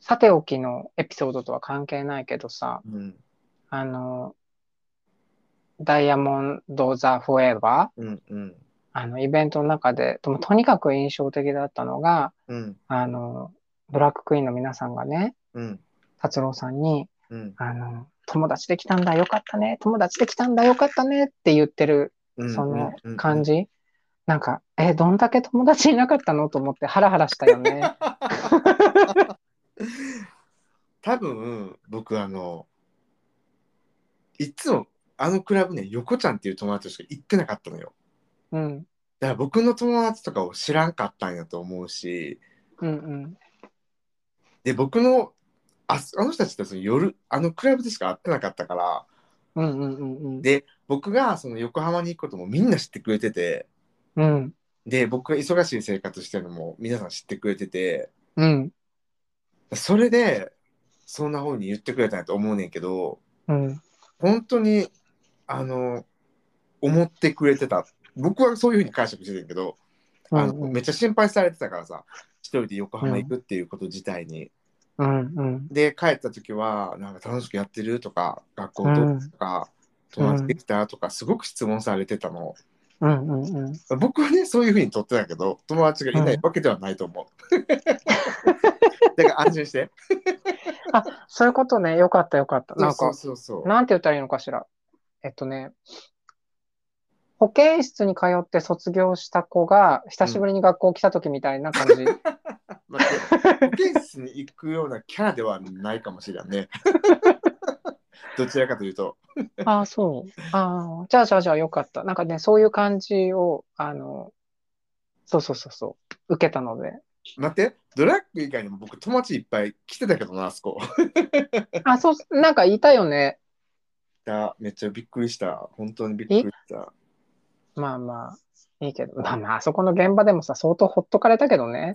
B: さておきのエピソードとは関係ないけどさ、
A: うん。
B: あの、ダイヤモンド・ザ・フォーエバー
A: うんうん。
B: あの、イベントの中で、でもとにかく印象的だったのが、
A: うん
B: あの、ブラッククイーンの皆さんがね、
A: うん
B: 達郎さんに、
A: うん
B: あの、友達できたんだ、よかったね、友達できたんだ、よかったねって言ってる、
A: うん。
B: その
A: じ
B: 感じ。なんか、え、どんだけ友達いなかったのと思ってハラハラしたよね。
A: 多分僕あのいつもあのクラブね横ちゃんっていう友達としか行ってなかったのよ
B: うん、
A: だから僕の友達とかを知らんかったんやと思うし
B: うん、うん。
A: で僕のああの人たちってその夜あのクラブでしか会ってなかったから
B: うんうんうんうん。
A: で僕がその横浜に行くこともみんな知ってくれてて
B: うん。
A: で僕が忙しい生活してるのも皆さん知ってくれてて
B: うん。
A: それでそんな風に言ってくれたんやと思うねんけど
B: うん。
A: 本当にあの思ってくれてた僕はそういうふうに解釈してるけど、あの
B: うんうん
A: めっちゃ心配されてたからさ一人で横浜行くっていうこと自体に、
B: うん。うん。
A: で帰った時はなんか楽しくやってるとか学校どうとか、友達できたとかすごく質問されてたの、
B: うん。うん。うん。
A: 僕はねそういうふうにとってたけど友達がいないわけではないと思う、だから安心して
B: あ、そういうことね。よかった、よかった。 なん
A: そう
B: か、
A: そうそうそう
B: なんて言ったらいいのかしら。えっとね、保健室に通って卒業した子が、久しぶりに学校来た時みたいな感 じ。
A: まあ、保健室に行くようなキャラではないかもしれない ね。どちらかというと。
B: ああ、そう。ああ、じゃあ、じゃあ、じゃあ、よかった。なんかね、そういう感じを、あの、そうそうそうそう、受けたので。
A: 待って、ドラッグ以外にも僕友達いっぱい来てたけどな、あそこ。
B: あ、そう、なんかいたよね。
A: いやめっちゃびっくりした。本当にびっくりした。
B: まあまあ、いいけど。まあまあ、あそこの現場でもさ、相当ほっとかれたけどね。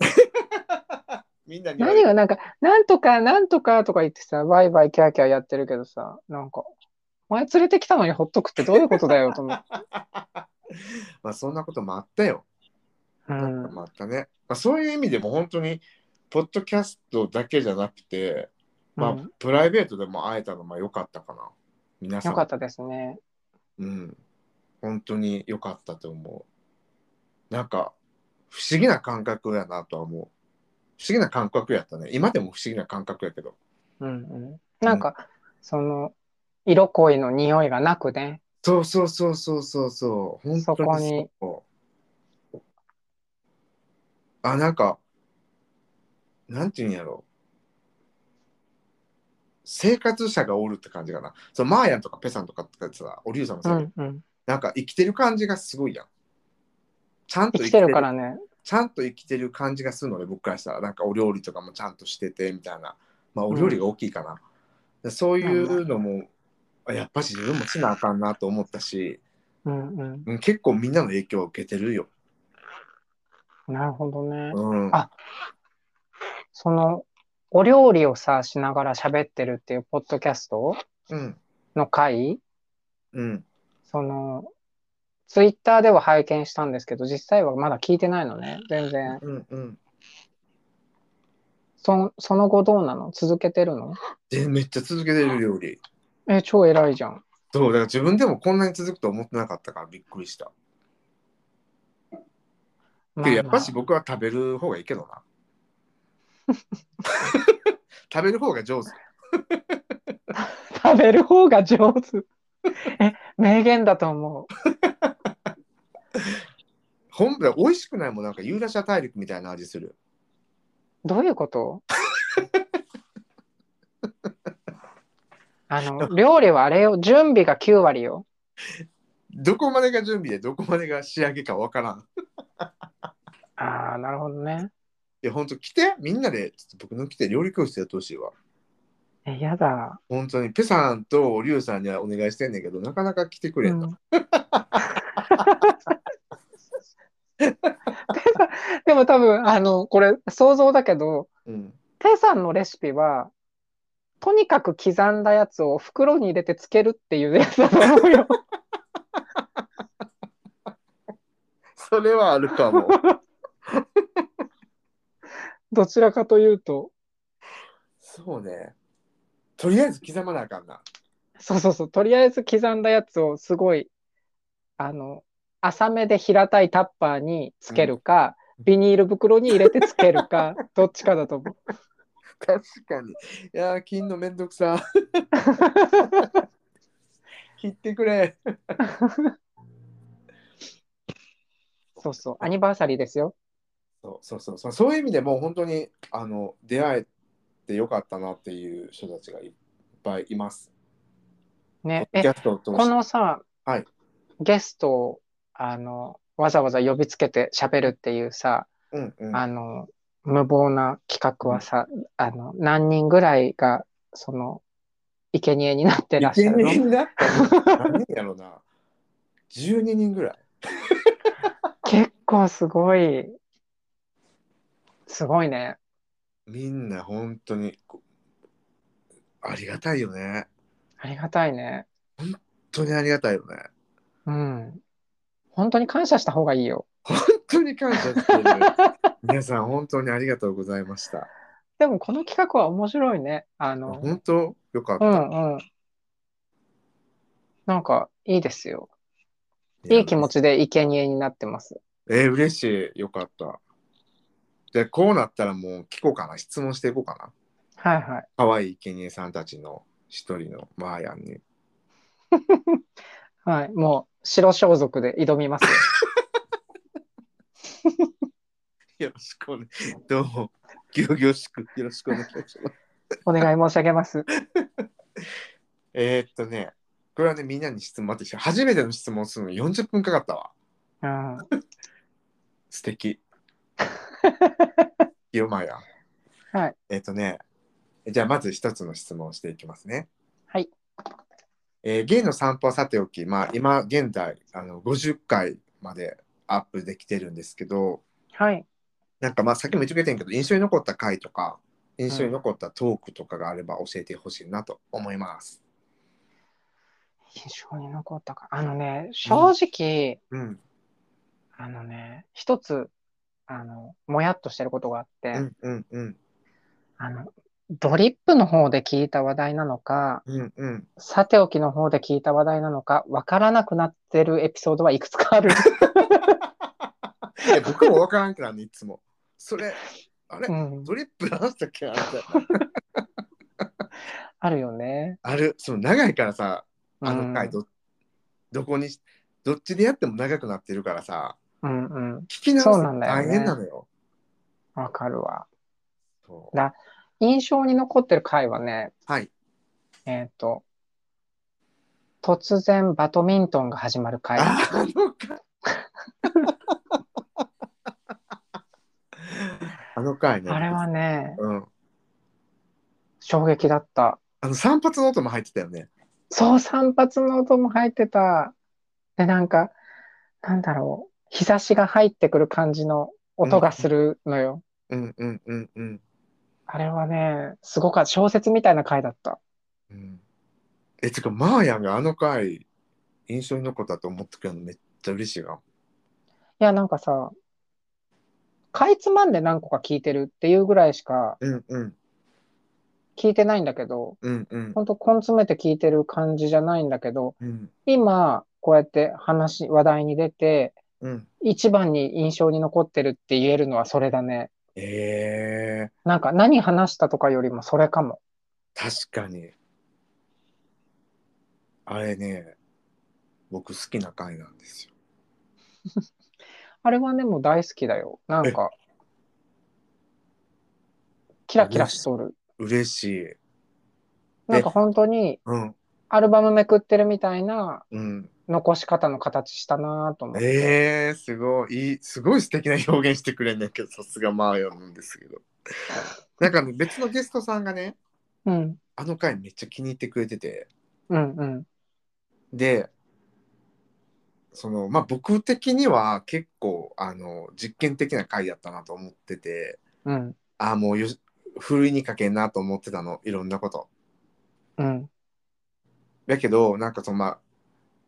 A: みんなに言わ
B: 何
A: れ
B: が
A: る
B: なんか、なんとか、なんとかとか言ってさ、バイバイキャーキャーやってるけどさ、なんか、お前連れてきたのにほっとくってどういうことだよ と思って。
A: まあそんなこともあったよ。
B: う
A: なん
B: ん
A: か。もあったね。まあ、そういう意味でも本当に、ポッドキャストだけじゃなくて、まあ、
B: うん
A: プライベートでも会えたのも良かったかな。皆さん。
B: よかったですね。
A: うん。本当に良かったと思う。なんか、不思議な感覚やなとは思う。不思議な感覚やったね。今でも不思議な感覚やけど。
B: うんうん。なんか、その、色恋の匂いがなくね、
A: そうそうそうそうそうそう。本
B: そ
A: 当
B: こ
A: に
B: に。
A: そうあ、なんか、なんていうんやろ生活者がおるって感じかな。そのマーヤンとかペさんとかってさ、おりゅうさんも
B: う
A: さ、
B: んうん。
A: なんか生きてる感じがすごいやん。ちゃんと
B: 生きてるからね。
A: ちゃんと生きてる感じがするので、僕からしたら、なんかお料理とかもちゃんとしててみたいな、まあ、お料理が大きいかな。でそういうのも、あやっぱり自分もしなあかんなと思ったし、
B: うんうん。
A: うん結構みんなの影響を受けてるよ。
B: なるほどね。
A: うん、
B: あその、お料理をさ、しながら喋ってるっていうポッドキャスト
A: うん、
B: の回、
A: うん。
B: その、ツイッターでは拝見したんですけど、実際はまだ聞いてないのね。全然。
A: うん、うん。
B: そその後どうなの続けてるの
A: で、めっちゃ続けてる料理。
B: え、超偉いじゃん。
A: そう、だから自分でもこんなに続くと思ってなかったからびっくりした。
B: まあまあ
A: けどやっぱし僕は食べる方がいいけどな。 食べる方が上手。
B: 食べる方が上手。え、名言だと思
A: 本部美味しくないもんなんかユーラシア大陸みたいな味する。
B: う。どうい うことあの、料理はあれよ、準備が9割よ。
A: どこまでが準備でどこまでが仕上げかわからん。い
B: ああ、なるほどね。
A: や、ほんと来て、みんなで、ちょっと僕の来て料理教室やってほしいわ。
B: え、や だ。
A: 本当に、ペさんとリュウさんにはお願いしてんねんけど、なかなか来てくれんの。
B: うん でも多分、あの、これ想像だけど、
A: うん。
B: テさんのレシピは、とにかく刻んだやつを袋に入れてつけるっていうやつだと思う よ。
A: それはあるか も。
B: どちらかというと。
A: そうね。とりあえず刻まなあかんな。
B: そうそうそう。とりあえず刻んだやつをすごい、あの、浅めで平たいタッパーにつけるか、
A: うん
B: ビニール袋に入れてつけるか、どっちかだと思う。
A: 確かに。いやー、切んのめんどくさ。切ってくれ。
B: そうそう。アニバーサリーですよ。
A: そうそうそうそう。そういう意味でもう本当に、あの、出会えてよかったなっていう人たちがいっぱいいます。
B: ね。
A: ポッド
B: え
A: キ、ャストを通して
B: このさ、
A: はい
B: ゲストを、あの、わざわざ呼びつけて喋るっていうさ、
A: うんうん、
B: あの、無謀な企画はさ、あの、何人ぐらいが、その、生贄になってらっしゃる
A: 生
B: の
A: 贄になったの何人やろな12人ぐらい
B: 結構すごい。すごいね。
A: みんな本当にこありがたいよね
B: ありがたいね。
A: 本当にありがたいよね
B: うん。本当に感謝した方がいいよ。
A: 本当に感謝して る皆さん本当にありがとうございました
B: でもこの企画は面白いね。あの、
A: 本当よかっ
B: う
A: た、
B: んうん。なんか、いいですよ。いい気持ちで生贄になってます。
A: えー嬉しいよかったでこうなったらもう聞こうかな質問していこうかな
B: はいはい。
A: 可愛い生贄さんたちの一人のマーヤンに
B: はい。もう、白装束で挑 みますよ。
A: よろしくお願いどうもぎょうぎょうしくよろしくお願いします
B: お願い申し上げます。
A: えー、っとね、これはね、みんなに質問待って、初めての質問するのに40分かかったわ。
B: うん。
A: 素 敵。よまや。
B: はい。
A: えー、っとね、じゃあまず一つの質問をしていきますね。
B: はい。
A: えー、ゲイの散歩はさておき、まあ今現在、あの50回までアップできてるんですけど、
B: はい。
A: なんかまあさっきも言ってくれてんけど印象に残った回とか印象に残ったトークとかがあれば教えてほしいなと思います。
B: 印象に残ったか。あのね、正直、
A: うん
B: あのね、一つ、あの、もやっとしてることがあって、
A: うんうんうん
B: あの、ドリップの方で聞いた話題なのか、
A: うんうん。
B: さておきの方で聞いた話題なのか、わからなくなってるエピソードはいく つかある。
A: いや僕もわからんくなんねいつも。それあれ
B: うん、
A: ドリップなんだったっけあれ
B: あるよね。
A: あるその長いからさあ
B: う
A: の
B: ん
A: 回ど,、どこにどっちでやっても長くなってるからさ
B: うんうん。
A: 聞き直
B: そう
A: す
B: な
A: の
B: んだよね
A: 大変なのよ。
B: わかるわ。
A: そう
B: 印象に残ってる回はね、
A: はい。
B: えっ、と、突然バドミントンが始まる回。
A: ああの回 あの回ね。
B: あれはね、
A: うん。
B: 衝撃だった。
A: あの散髪の音も入ってたよね。
B: そう、散髪の音も入ってた。で、なんか、なんだろう。日差しが入ってくる感じの音がするのよ。
A: うんうんうんうん。
B: あれはね、すごかった。小説みたいな回だった。
A: うん、え、てか、マーヤンがあの回、印象に残ったと思ってくれるのめっちゃ嬉しいわ。
B: いや、なんかさ、かいつまんで何個か聞いてるっていうぐらいしか
A: うんうん
B: 聞いてないんだけど、
A: うんうん
B: ほんと根詰めて聞いてる感じじゃないんだけど、
A: うん
B: 今、こうやって話、話題に出て、
A: うん。
B: 一番に印象に残ってるって言えるのはそれだね。
A: えー、
B: なんか何話したとかよりもそれかも。
A: 確かに。あれね、僕好きな回なんですよ。
B: あれはね、もう大好きだよ。なんか、キラキラしとる。
A: 嬉しい。
B: なんか本当に、
A: うん
B: アルバムめくってるみたいな
A: うん。
B: 残し方の形したなと思って。
A: えー、すごいいい、すごい素敵な表現してくれんねんけど、さすがマーヤンなんですけど。なんかあの別のゲストさんがね、
B: うん、
A: あの回めっちゃ気に入ってくれてて、
B: うん、うん。
A: で、そのまあ僕的には結構あの実験的な回だったなと思ってて、
B: うん、
A: ああ、もうよしふるいにかけんなと思ってたの、いろんなこと。
B: うん、
A: だけど、なんかそのまあ、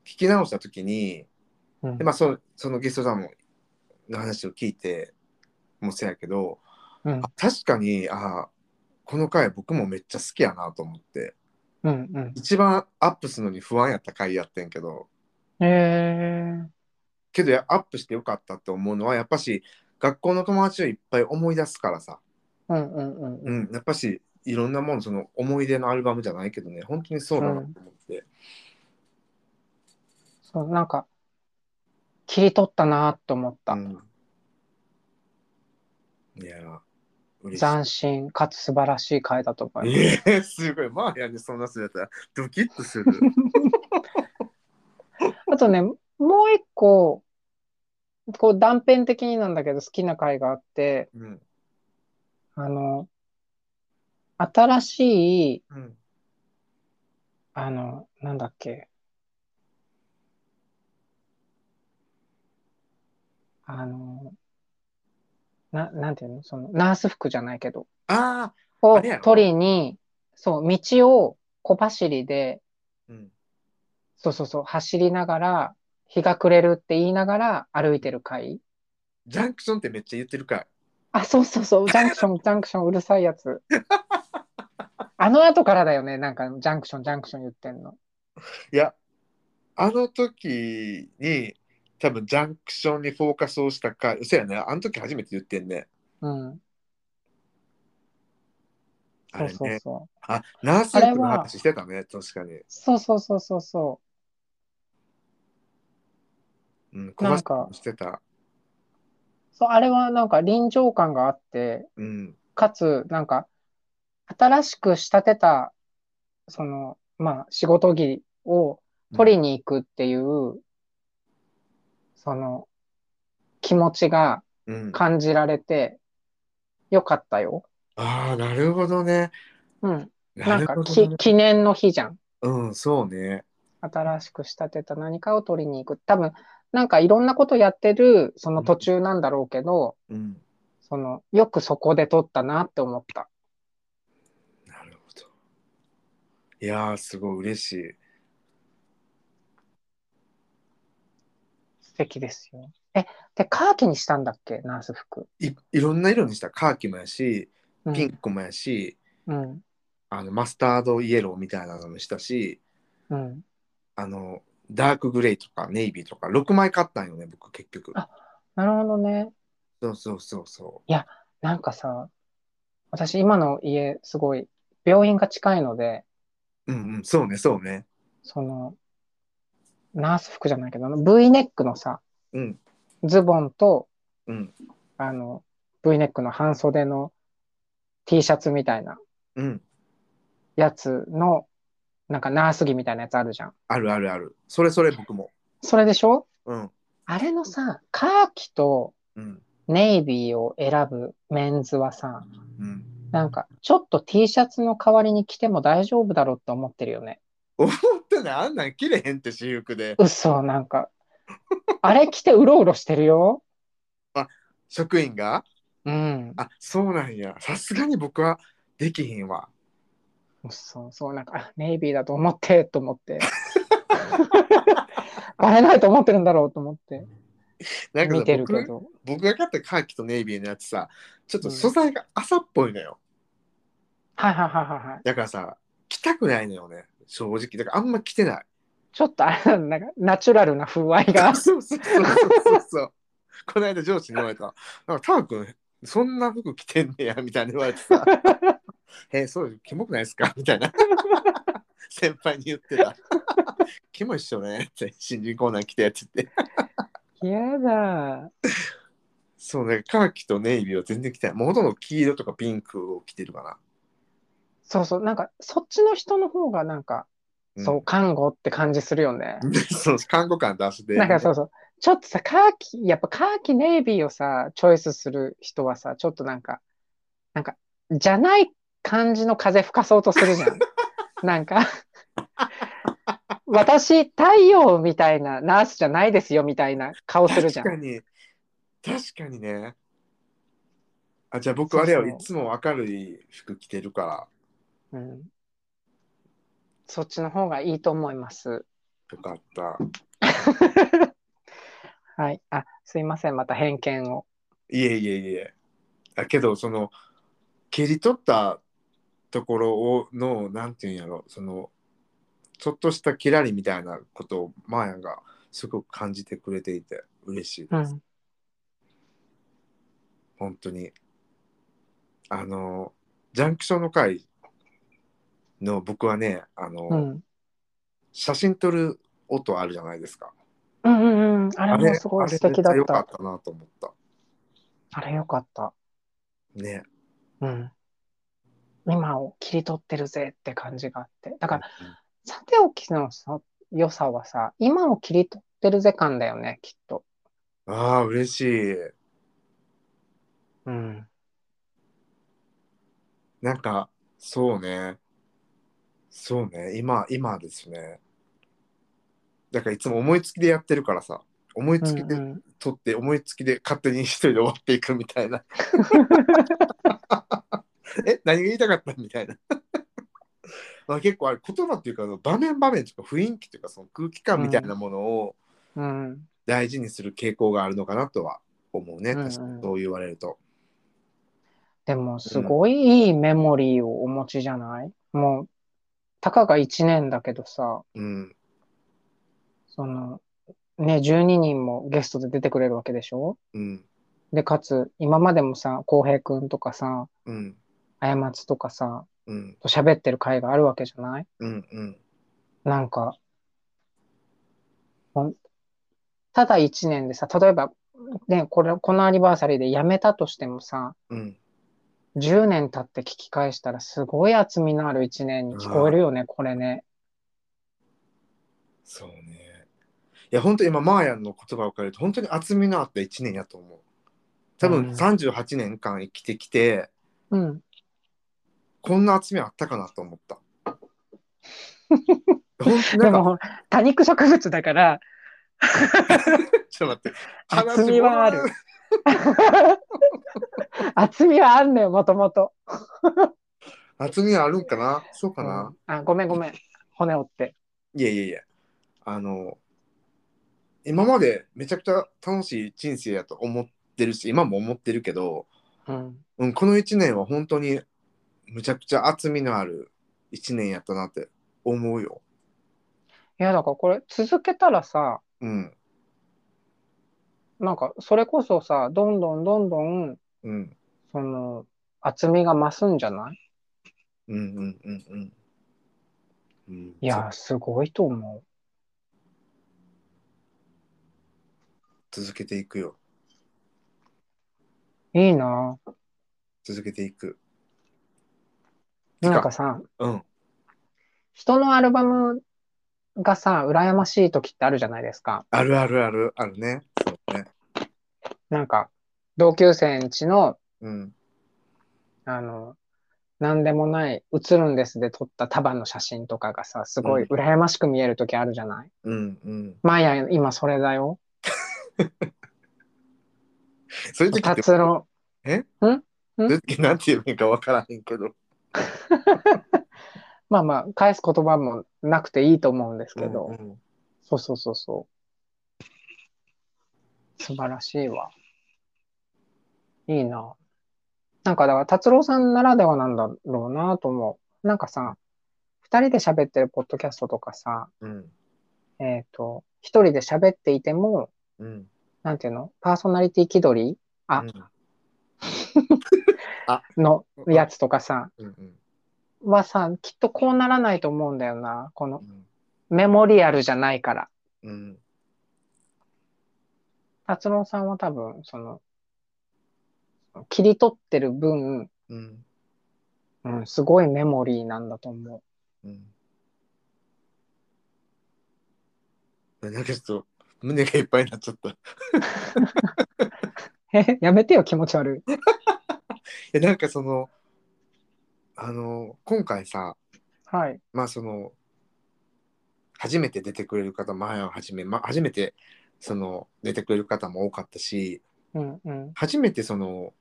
A: 聞き直した時に、
B: うん
A: で。まあそそのゲストさんもの話を聞いてもそうやけど、
B: うん
A: あ確かにあこの回僕もめっちゃ好きやなと思って
B: うん、うん。
A: 一番アップするのに不安やった回やってんけど
B: えー、
A: けどやアップしてよかったって思うのはやっぱし学校の友達をいっぱい思い出すからさ、
B: うん、うん、うん、う。
A: うんん、やっぱしいろんなものその思い出のアルバムじゃないけどね本当にそうだなと思って、
B: そう、なんか、切り取ったなと思った。
A: うんいやー嬉しい
B: 斬新かつ素晴らしい回だと思います。
A: ええすごい。マーヤにそんなするやったらドキッと する。
B: あとね、もう一個、こう断片的になんだけど好きな回があって、
A: うん。
B: あの、新しい、
A: うん。
B: あの、なんだっけ、あの、な、なんていうの、その、ナース服じゃないけど、
A: ああ。
B: を
A: あれやろ
B: 取りに、そう、道を小走りで、
A: うん。
B: そうそうそう、走りながら、日が暮れるって言いながら歩いてる回。
A: ジャンクションってめっちゃ言ってるかい。
B: あ、そうそう そう、ジャンクション、ジャンクション、うるさいや つ。あの後からだよね、なんか、ジャンクション、ジャンクション言ってんの。
A: いや、あの時に多分ジャンクションにフォーカスをしたか、そうやね。あの時初めて言ってんね。
B: うん、
A: あ
B: そう
A: れ
B: そう
A: ね。
B: そう。
A: あ、ナース
B: あ
A: 役
B: れ
A: の
B: は
A: 話してたね。確かに。
B: そうそうそうそうそ
A: うん。小
B: なん
A: 橋
B: か
A: してた。
B: う。そう、あれはなんか臨場感があって、
A: うん。
B: かつ、なんか、新しく仕立てた、その、まあ、仕事着を取りに行くっていう、その、気持ちが
A: うん。
B: 感じられて、よかったよ。
A: ああ、なるほどね。
B: うん。
A: な
B: なん
A: る
B: か
A: ほ
B: き、
A: どね。
B: 記念の日じゃん。
A: うん、そうね。
B: 新しく仕立てた何かを取りに行く。多分、なんかいろんなことやってる、その途中なんだろうけど、
A: うん。
B: その、よくそこで撮ったなって思った。
A: なるほど。いやー、すごい嬉しい。
B: 素敵ですよ。え、で、カーキにしたんだっけナース服。
A: いいろんな色にした。カーキもやし、
B: うん
A: ピンクもやし、
B: うん。
A: あのマスタードイエローみたいなのもしたし、
B: うん。
A: あの、ダークグレーとかネイビーとか、6枚買ったんよね、僕、結局。
B: あなるほどね。
A: そうそうそうそ
B: なんかさ、私今の家すごい病院が近いので、
A: う。うんうん、そうね、そうね。
B: その、ナース服じゃないけど、あの V ネックのさ、
A: うん、
B: ズボンと、
A: うん、
B: あの、V ネックの半袖の T シャツみたいな
A: うん。
B: やつの、なんかナース着みたいなやつあるじゃん。
A: あるあるある。それそれ、僕も。
B: それでしょ
A: うん、
B: あれのさ、カーキと
A: うん、
B: ネイビーを選ぶメンズはさ、
A: うん。
B: なんかちょっと T シャツの代わりに着ても大丈夫だろうって思ってるよね。
A: 思ってない、あんなん切れへんって、私服で。
B: 嘘、なん か。あれ着てうろうろしてるよ。
A: 職員が
B: うん。
A: あ、そうなんや。さすがに僕はできへんわ。
B: そうそう、なんか、あネイビーだと思って、と思って。 バレないと思ってるんだろうと思って
A: なんかさ
B: 見てるけ
A: 僕
B: ど。
A: 僕が買ったカーキとネイビーのやつさ、ちょっと素材が朝っぽいのよ。
B: はいはいはいはいはい。
A: だからさ、着たくないのよね。正直。だからあんま着てない。。
B: ちょっとあれだなんかナチュラルな風合い が
A: そうそうそうそうそう。この間上司に言われた。なんか、タワ君、そんな服着てんねや、みたいに言われて さ。え、そう、キモくないですかみたいな。先輩に言ってた。キモいっしょねって、新人コーナー来てやってて。
B: 嫌だ。
A: そうね、カーキとネイビーは全然着てない。もうほとんど黄色とかピンクを着てるかな。
B: そうそう、なんかそっちの人の方がなんか、
A: うん
B: そう、看護って感じするよね。
A: そう、看護官出して。
B: なんかそうそう。ちょっとさ、カーキ、やっぱカーキネイビーをさ、チョイスする人はさ、ちょっとなんか、なんか、じゃない感じの風吹かそうとするじ ゃん。なんか、私、太陽みたいなナースじゃないですよみたいな顔するじゃん。
A: 確かに、確かにね。あ、じゃあ僕あれ
B: そ
A: よ、
B: う
A: い
B: そう
A: つも明るい服着てるから、
B: うん、そっちの方がいいと思います。
A: よかった。
B: はい。あ、すいません。また偏見を。
A: いえいえいえ。だけど、その、切り取ったところをの、なんていうんやろ、その、ちょっとしたキラリみたいなことを、マーヤンがすごく感じてくれていて、嬉しいです。
B: うん。
A: 本当に。あの、ジャンクションの会の僕はね、あの、
B: うん。
A: 写真撮る音あるじゃないですか。
B: うんうんうん。あれもすごい素敵だ
A: あれめ
B: っ
A: ちゃ良
B: た。
A: かったなと思った。
B: あれよかった。
A: ね。
B: うん。今を切り取ってるぜって感じがあって。だから、さておきのさ良さはさ、今を切り取ってるぜ感だよね、きっと。
A: うんああ、嬉しい。
B: うん。
A: なんか、そうね。そうね。今、今ですね。だからいつも思いつきでやってるからさ。思いつき
B: う
A: で
B: んうん
A: 撮って、思いつきで勝手に一人で終わっていくみた いな。え、何が言いたかったみたいな。まあ結構あれ言葉っていうか場面場面とか雰囲気というかその空気感みたいなものを
B: うん。
A: 大事にする傾向があるのかなとは思うね。
B: うんうん
A: 確かにそう言われると。
B: でも、すごいいいメモリーをお持ちじゃないもう、たかが1年だけどさ、
A: うん。
B: その、ね、12人もゲストで出てくれるわけでしょ
A: うん。
B: で、かつ、今までもさ、浩平くんとかさ、
A: うん。
B: あやまつとかさ、
A: うん。
B: と喋ってる回があるわけじゃない
A: うん。うん。
B: なんか、ほんただ一年でさ、例えば、ね、これ、このアニバーサリーで辞めたとしてもさ、
A: うん。
B: 10年経って聞き返したら、すごい厚みのある一年に聞こえるよね、これね。
A: そうね。いや、本当に今、マーヤンの言葉を借りると、本当に厚みのあった1年やと思う。多
B: うん
A: 分38年間生きてきて、
B: うん。
A: こんな厚みあったかなと思っ た。本当にな
B: で
A: んか、
B: も、多肉植物だから、
A: ちょっと待って。
B: 厚みはある
A: 話戻る。
B: 厚みはあんねん、もともと。
A: 厚みはあるんかなそうかな、
B: あ、ごめんごめん。骨折って。
A: いやいやいや。あの、今までめちゃくちゃ楽しい人生やと思ってるし、今も思ってるけど、
B: うん。
A: うん、この1年は本当にむちゃくちゃ厚みのある1年やったなって思うよ。
B: いや、だからこれ続けたらさ、
A: うん、
B: なんかそれこそさ、どんどんどんどん、
A: うん、
B: その、厚みが増すんじゃない
A: うん、うん、うん、うん。うん
B: いや、すごいと思
A: 続けていくよ
B: う。いいな
A: 続けていくて
B: なんかさ、
A: うん
B: 人のアルバムがさ、羨ましい時ってあるじゃないですか。
A: あるあるあるあるねそうね
B: なんか、同級生んちの、
A: うん
B: あの、なんでもない、映るんですで撮った束の写真とかがさ、すごい羨ましく見える時あるじゃない、
A: うんうん
B: マヤ、今それだよ。
A: そういう時って
B: 達郎。
A: そういう時 なんて言えばいいかわからへんけど、
B: まあまあ、返す言葉もなくていいと思うんですけど、
A: うんうん
B: そうそうそうそう。素晴らしいわ。いいな。なんかだから、達郎さんならではなんだろうなと思う。なんかさ、二人で喋ってるポッドキャストとかさ、
A: うん
B: えっ、と、一人で喋っていても、
A: うん
B: なんていうのパーソナリティ気取りあ
A: うん
B: のやつとかさ、
A: うんうん
B: はさ、きっとこうならないと思うんだよな。この
A: うん
B: メモリアルじゃないから。
A: うん
B: 達郎さんは多分、その、切り取ってる分、
A: うん
B: うん、すごいメモリーなんだと思
A: うんなんかちょっと胸がいっぱいになっちゃった
B: う。 え、やめてよ、気持ち悪い。
A: えなんかそのあの今回さ
B: はい。
A: まあその初めて出てくれる方前をはじめ、ま、初めてその出てくれる方も多かったし
B: うんうん。
A: 初めてその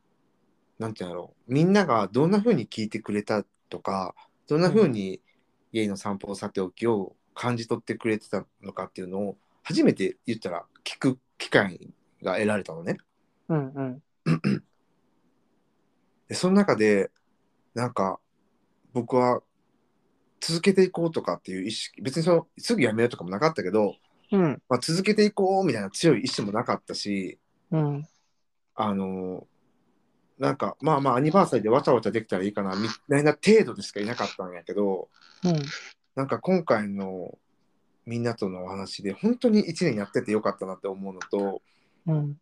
A: なんていうんだろうみんながどんな風に聞いてくれたとかどんな風にゲイの散歩をさておきを感じ取ってくれてたのかっていうのを初めて言ったら聞く機会が得られたのね。
B: うんうん。
A: でその中でなんか僕は続けていこうとかっていう意識別にそのすぐやめようとかもなかったけど、
B: うん
A: まあ、続けていこうみたいな強い意志もなかったし
B: うん。
A: あのなんかまあまあアニバーサリーでわちゃわちゃできたらいいかなみたいな程度でしかいなかったんやけど
B: うん。
A: なんか今回のみんなとのお話で本当に1年やっててよかったなって思うのと、
B: うん。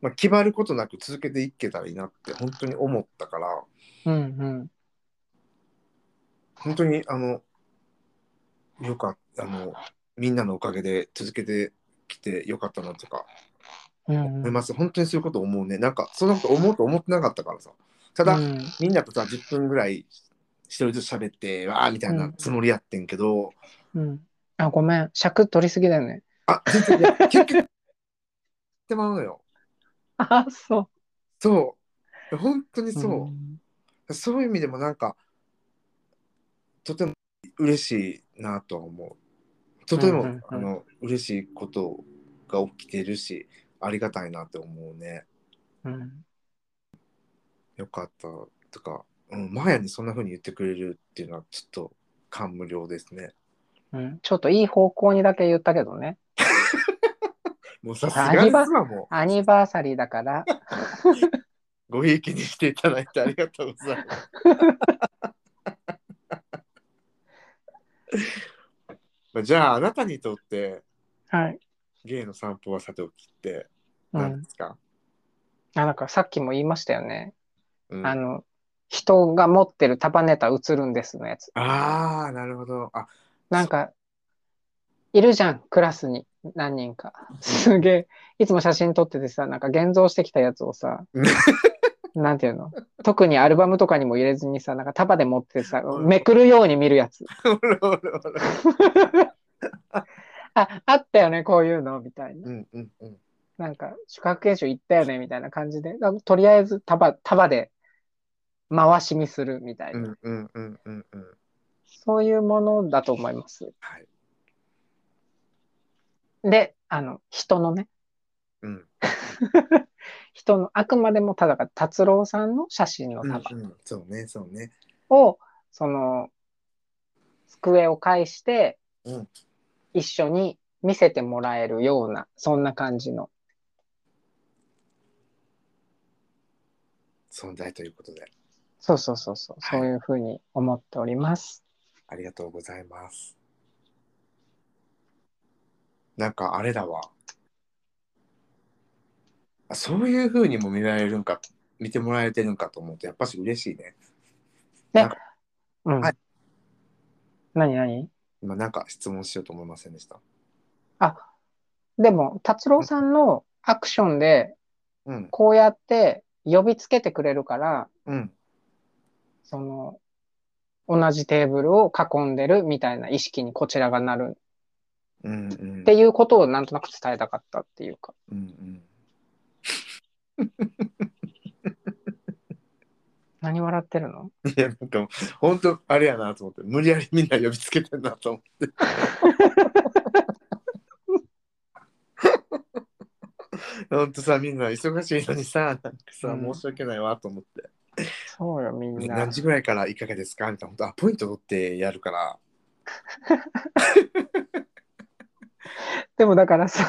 A: まあ、決まることなく続けていけたらいいなって本当に思ったから。
B: うんうん。
A: 本当にあのよかったあのみんなのおかげで続けてきてよかったなとか
B: うん
A: 思
B: う
A: い
B: ん。
A: ます本当にそういうこと思うねなんかそんなこと思うと思ってなかったからさただ、
B: うん
A: みんなとさ10分ぐらい一人ずつ喋ってわーみたいなつもりやってんけど、
B: うん。あ、ごめん。尺取りすぎだよね。
A: あ全然いや結局やってまうのよ
B: あ、そ
A: そう本当に
B: う。
A: そう、
B: ん
A: そういう意味でもなんかとても嬉しいなとは思うとても、
B: うんうんうん
A: あの嬉しいことが起きてるしありがたいなって思うね
B: うん。
A: よかったとか、うん、マヤにそんな風に言ってくれるっていうのはちょっと感無量ですね
B: うん。ちょっといい方向にだけ言ったけどね。
A: もうさすがに
B: あり
A: 今も
B: アニバーサリーだから。
A: ごひいきにしていただいてありがとうございます まあじゃああなたにとって
B: はい。
A: ゲイの散歩はさておきって
B: う
A: 何
B: ん
A: で。すか、
B: あ、なんかさっきも言いましたよね。
A: うん
B: あの、人が持ってる束ねた映るんですのやつ。
A: ああ、なるほど。あ、
B: なんか、いるじゃん、クラスに何人か。すげえ、いつも写真撮っててさ、なんか現像してきたやつを さ、なんていうの特にアルバムとかにも入れずにさ、なんか束で持ってさ、
A: うん
B: めくるように見るやつ。
A: おるおるおる
B: あ、あったよね、こういうの、みたいな。
A: うんうんうん。
B: なんか、宿泊研修行ったよね、みたいな感じで、なんかとりあえず束、束で回し見するみたいうな、
A: んうんうんうんうん。
B: そういうものだと思います。
A: はい。
B: で、あの、人のね、
A: うん。
B: 人の、あくまでもただが達郎さんの写真の
A: うんう
B: 束
A: ん、そうね、そうね。
B: を、その、机を介して
A: うん、
B: 一緒に見せてもらえるような、そんな感じの。
A: 存在ということで、
B: そうそうそうそう、
A: はい
B: そういうふうに思っております。
A: ありがとうございます。なんかあれだわ。あそういう風にも見られるんか、見てもらえてるんかと思うと、やっぱし嬉しいね。
B: うん。
A: はい
B: 何何
A: 今なんか質問しようと思いませんでした。
B: あ、でも、達郎さんのアクションで、
A: うん、
B: こうやって呼びつけてくれるから、
A: うん、
B: その、同じテーブルを囲んでるみたいな意識にこちらがなる
A: うん、う
B: っ
A: ん
B: て、いうことをなんとなく伝えたかったっていうか。
A: うん、うん。
B: 何笑ってるの
A: いや、なんか、本当あれやなと思って、無理やりみんな呼びつけてんなと思って。 本当さ、みんな忙しいのにさ、なんかさ、
B: うん
A: 申し訳ないわと思って。
B: そうよ、みんな
A: 何。時ぐらいからいかがですかみたいな、本当あ、ポイント取ってやるから。
B: でもだからさ、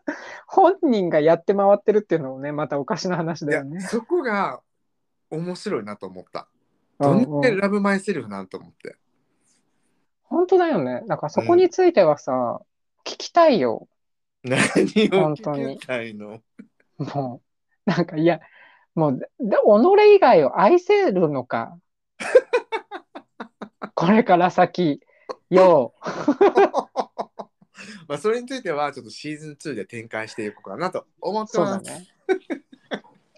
B: 本人がやって回ってるっていうのもね、またおかしな話
A: い
B: だ
A: や、
B: よね。
A: そこが面白いなと思った。どんだけラブマイセルフなんと思って。
B: 本当だよね。だからそこについてはさ、聞きたいよ。
A: 何を
B: 本当に
A: 聞きたいの
B: もう、なんかいや、もう、で、己以外を愛せる のか。これから先、よう。
A: まあそれについてはちょっとシーズン2で展開していこうかなと思って
B: そう
A: ます
B: だ。ね。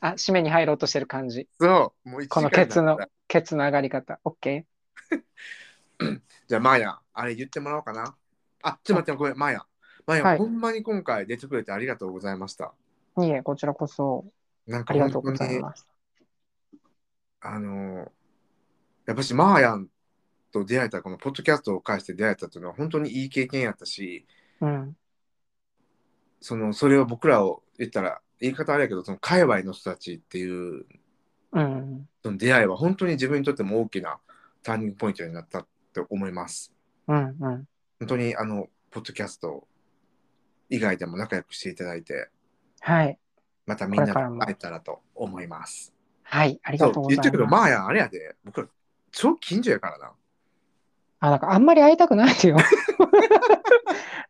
B: あ、締めに入ろうとしてる感 じ。
A: そう、もう一
B: この
A: 時間
B: ケツの
A: だった、
B: ケツの上がり方。OK?
A: じゃあ、マーヤ、あれ言ってもらおうかな。あ、ちょっと待って、ごめん、マーヤ。マーヤ、
B: はい
A: ほんまに今回出てくれてありがとうございました。
B: いいえ、こちらこそ、
A: なん
B: あ
A: か
B: りが
A: 本当
B: とうござい
A: に、
B: ます。
A: あのー、やっぱしマーヤンと出会えた、このポッドキャストを介して出会えたというのは本当にいい経験やったし、
B: うん。
A: その、それを僕らを言ったら、言い方あれやけど、その、界隈の人たちっていう
B: うん。
A: その出会いは本当に自分にとっても大きなターニングポイントになったって思います。
B: うん。うん。
A: 本当にあのポッドキャスト以外でも仲良くしていただいて
B: はい。
A: またみんな
B: これから
A: が
B: も
A: 会えたらと思います。
B: はい。あり
A: そ
B: が
A: う
B: とうござい
A: 言
B: ま
A: っ
B: す。
A: てるけどまあやあれやで僕ら超近所やからな。
B: あ、なんかあんまり会いたくない よ。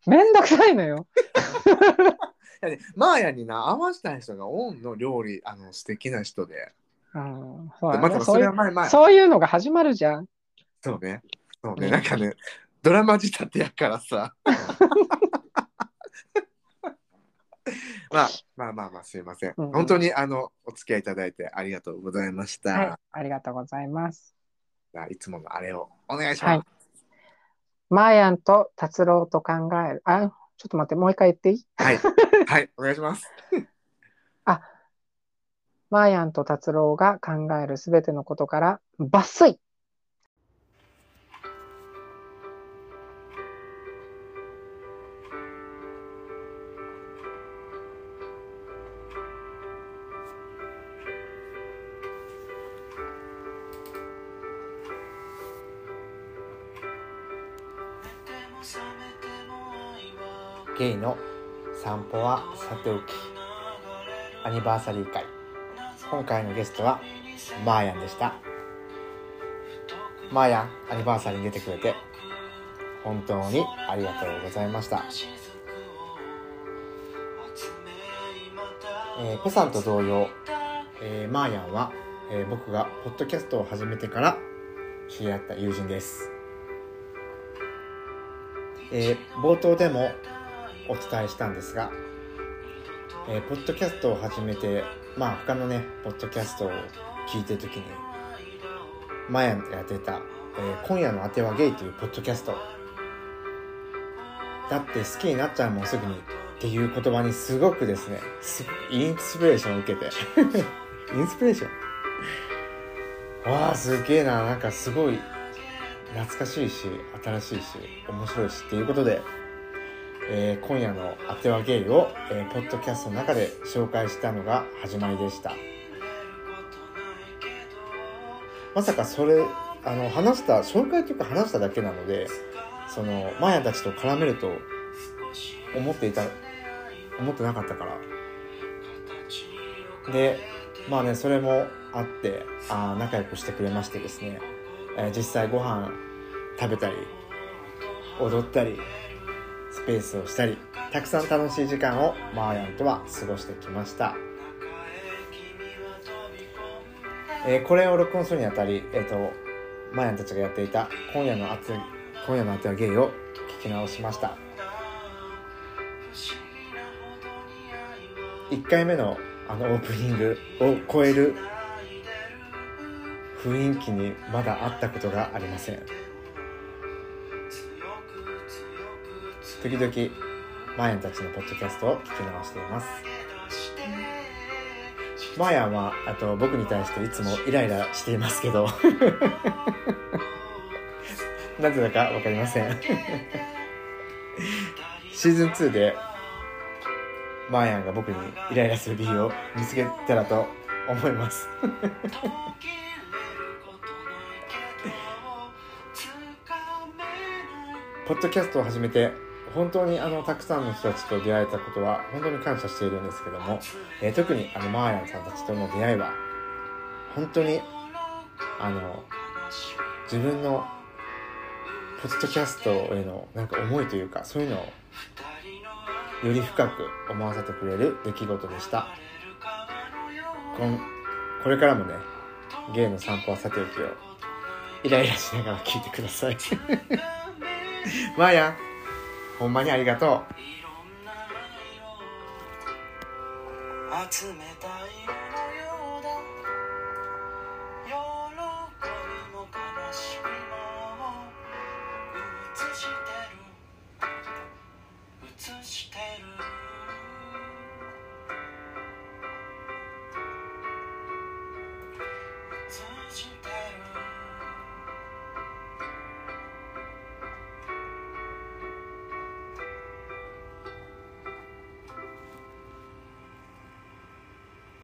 B: めんどくさいのよ。
A: やでまあやにな合わせたい人がオンの料理あの素敵な人で。
B: うん、そう
A: で
B: だ
A: ま
B: ね
A: た
B: そ
A: そう
B: い
A: れ
B: う
A: は前前。
B: そういうのが始まるじゃん。
A: そうね。そう
B: う
A: ね。
B: ん
A: なんかねドラマ仕立てやからさ。まあまあまあまあすいません。
B: うんうん
A: 本当にあのお付き合いいただいてありがとうございました。
B: はい、ありがとうございます。
A: じゃあいつものあれをお願いします。
B: はい。マーヤンと達郎と考える。あ、ちょっと待って、もう一回言っていい
A: はい。はい、お願いします。
B: マーヤンと達郎が考えるすべてのことから抜粋
C: ゲイの散歩はさておきアニバーサリー会今回のゲストはマーヤンでしたマーヤンアニバーサリーに出てくれて本当にありがとうございました、えーペさんと同様、えーマーヤンは、えー僕がポッドキャストを始めてから知り合った友人ですえー冒頭でもお伝えしたんですが、えーポッドキャストを始めてまあ他のねポッドキャストを聞いてる時にマヤンが出た、えー今夜のあてはゲイ」というポッドキャストだって好きになっちゃうもんすぐにっていう言葉にすごくですね、すごいインスピレーションを受けて。 インスピレーションわあ、すげえな。なんかすごい懐かしいし、新しいし、面白いしっていうことで、えー今夜の「あてはゲイを」えーポッドキャストの中で紹介したのが始まりでしたまさかそれあの話した紹介というか話しただけなのでそのマヤたちと絡めると思っていた思ってなかったからでまあねそれもあってあー仲良くしてくれましてですね、えー実際ご飯食べたり踊ったりスペースをしたりたくさん楽しい時間をマーヤンとは過ごしてきました、えーこれを録音するにあたり、えー、とマーヤンたちがやっていた「今夜のあつ今夜のあてはゲイ」を聞き直しました1回目のあのオープニングを超える雰囲気にまだあったことがありません時々マヤンたちのポッドキャストを聞き直していますマヤンはあと僕に対していつもイライラしていますけど なぜだかわかりません シーズン2でマヤンが僕にイライラする理由を見つけたらと 思いますポッドキャストを始めて本当にあのたくさんの人たちと出会えたことは本当に感謝しているんですけども、えー特にあのマーヤンさんたちとの出会いは本当にあの自分のポッドキャストへのなんか思いというかそういうのをより深く思わせてくれる出来事でしたこんこれからもねゲイの散歩はさておきをイライラしながら聞いてくださいマーヤンほんまにありがとう
D: 集めたい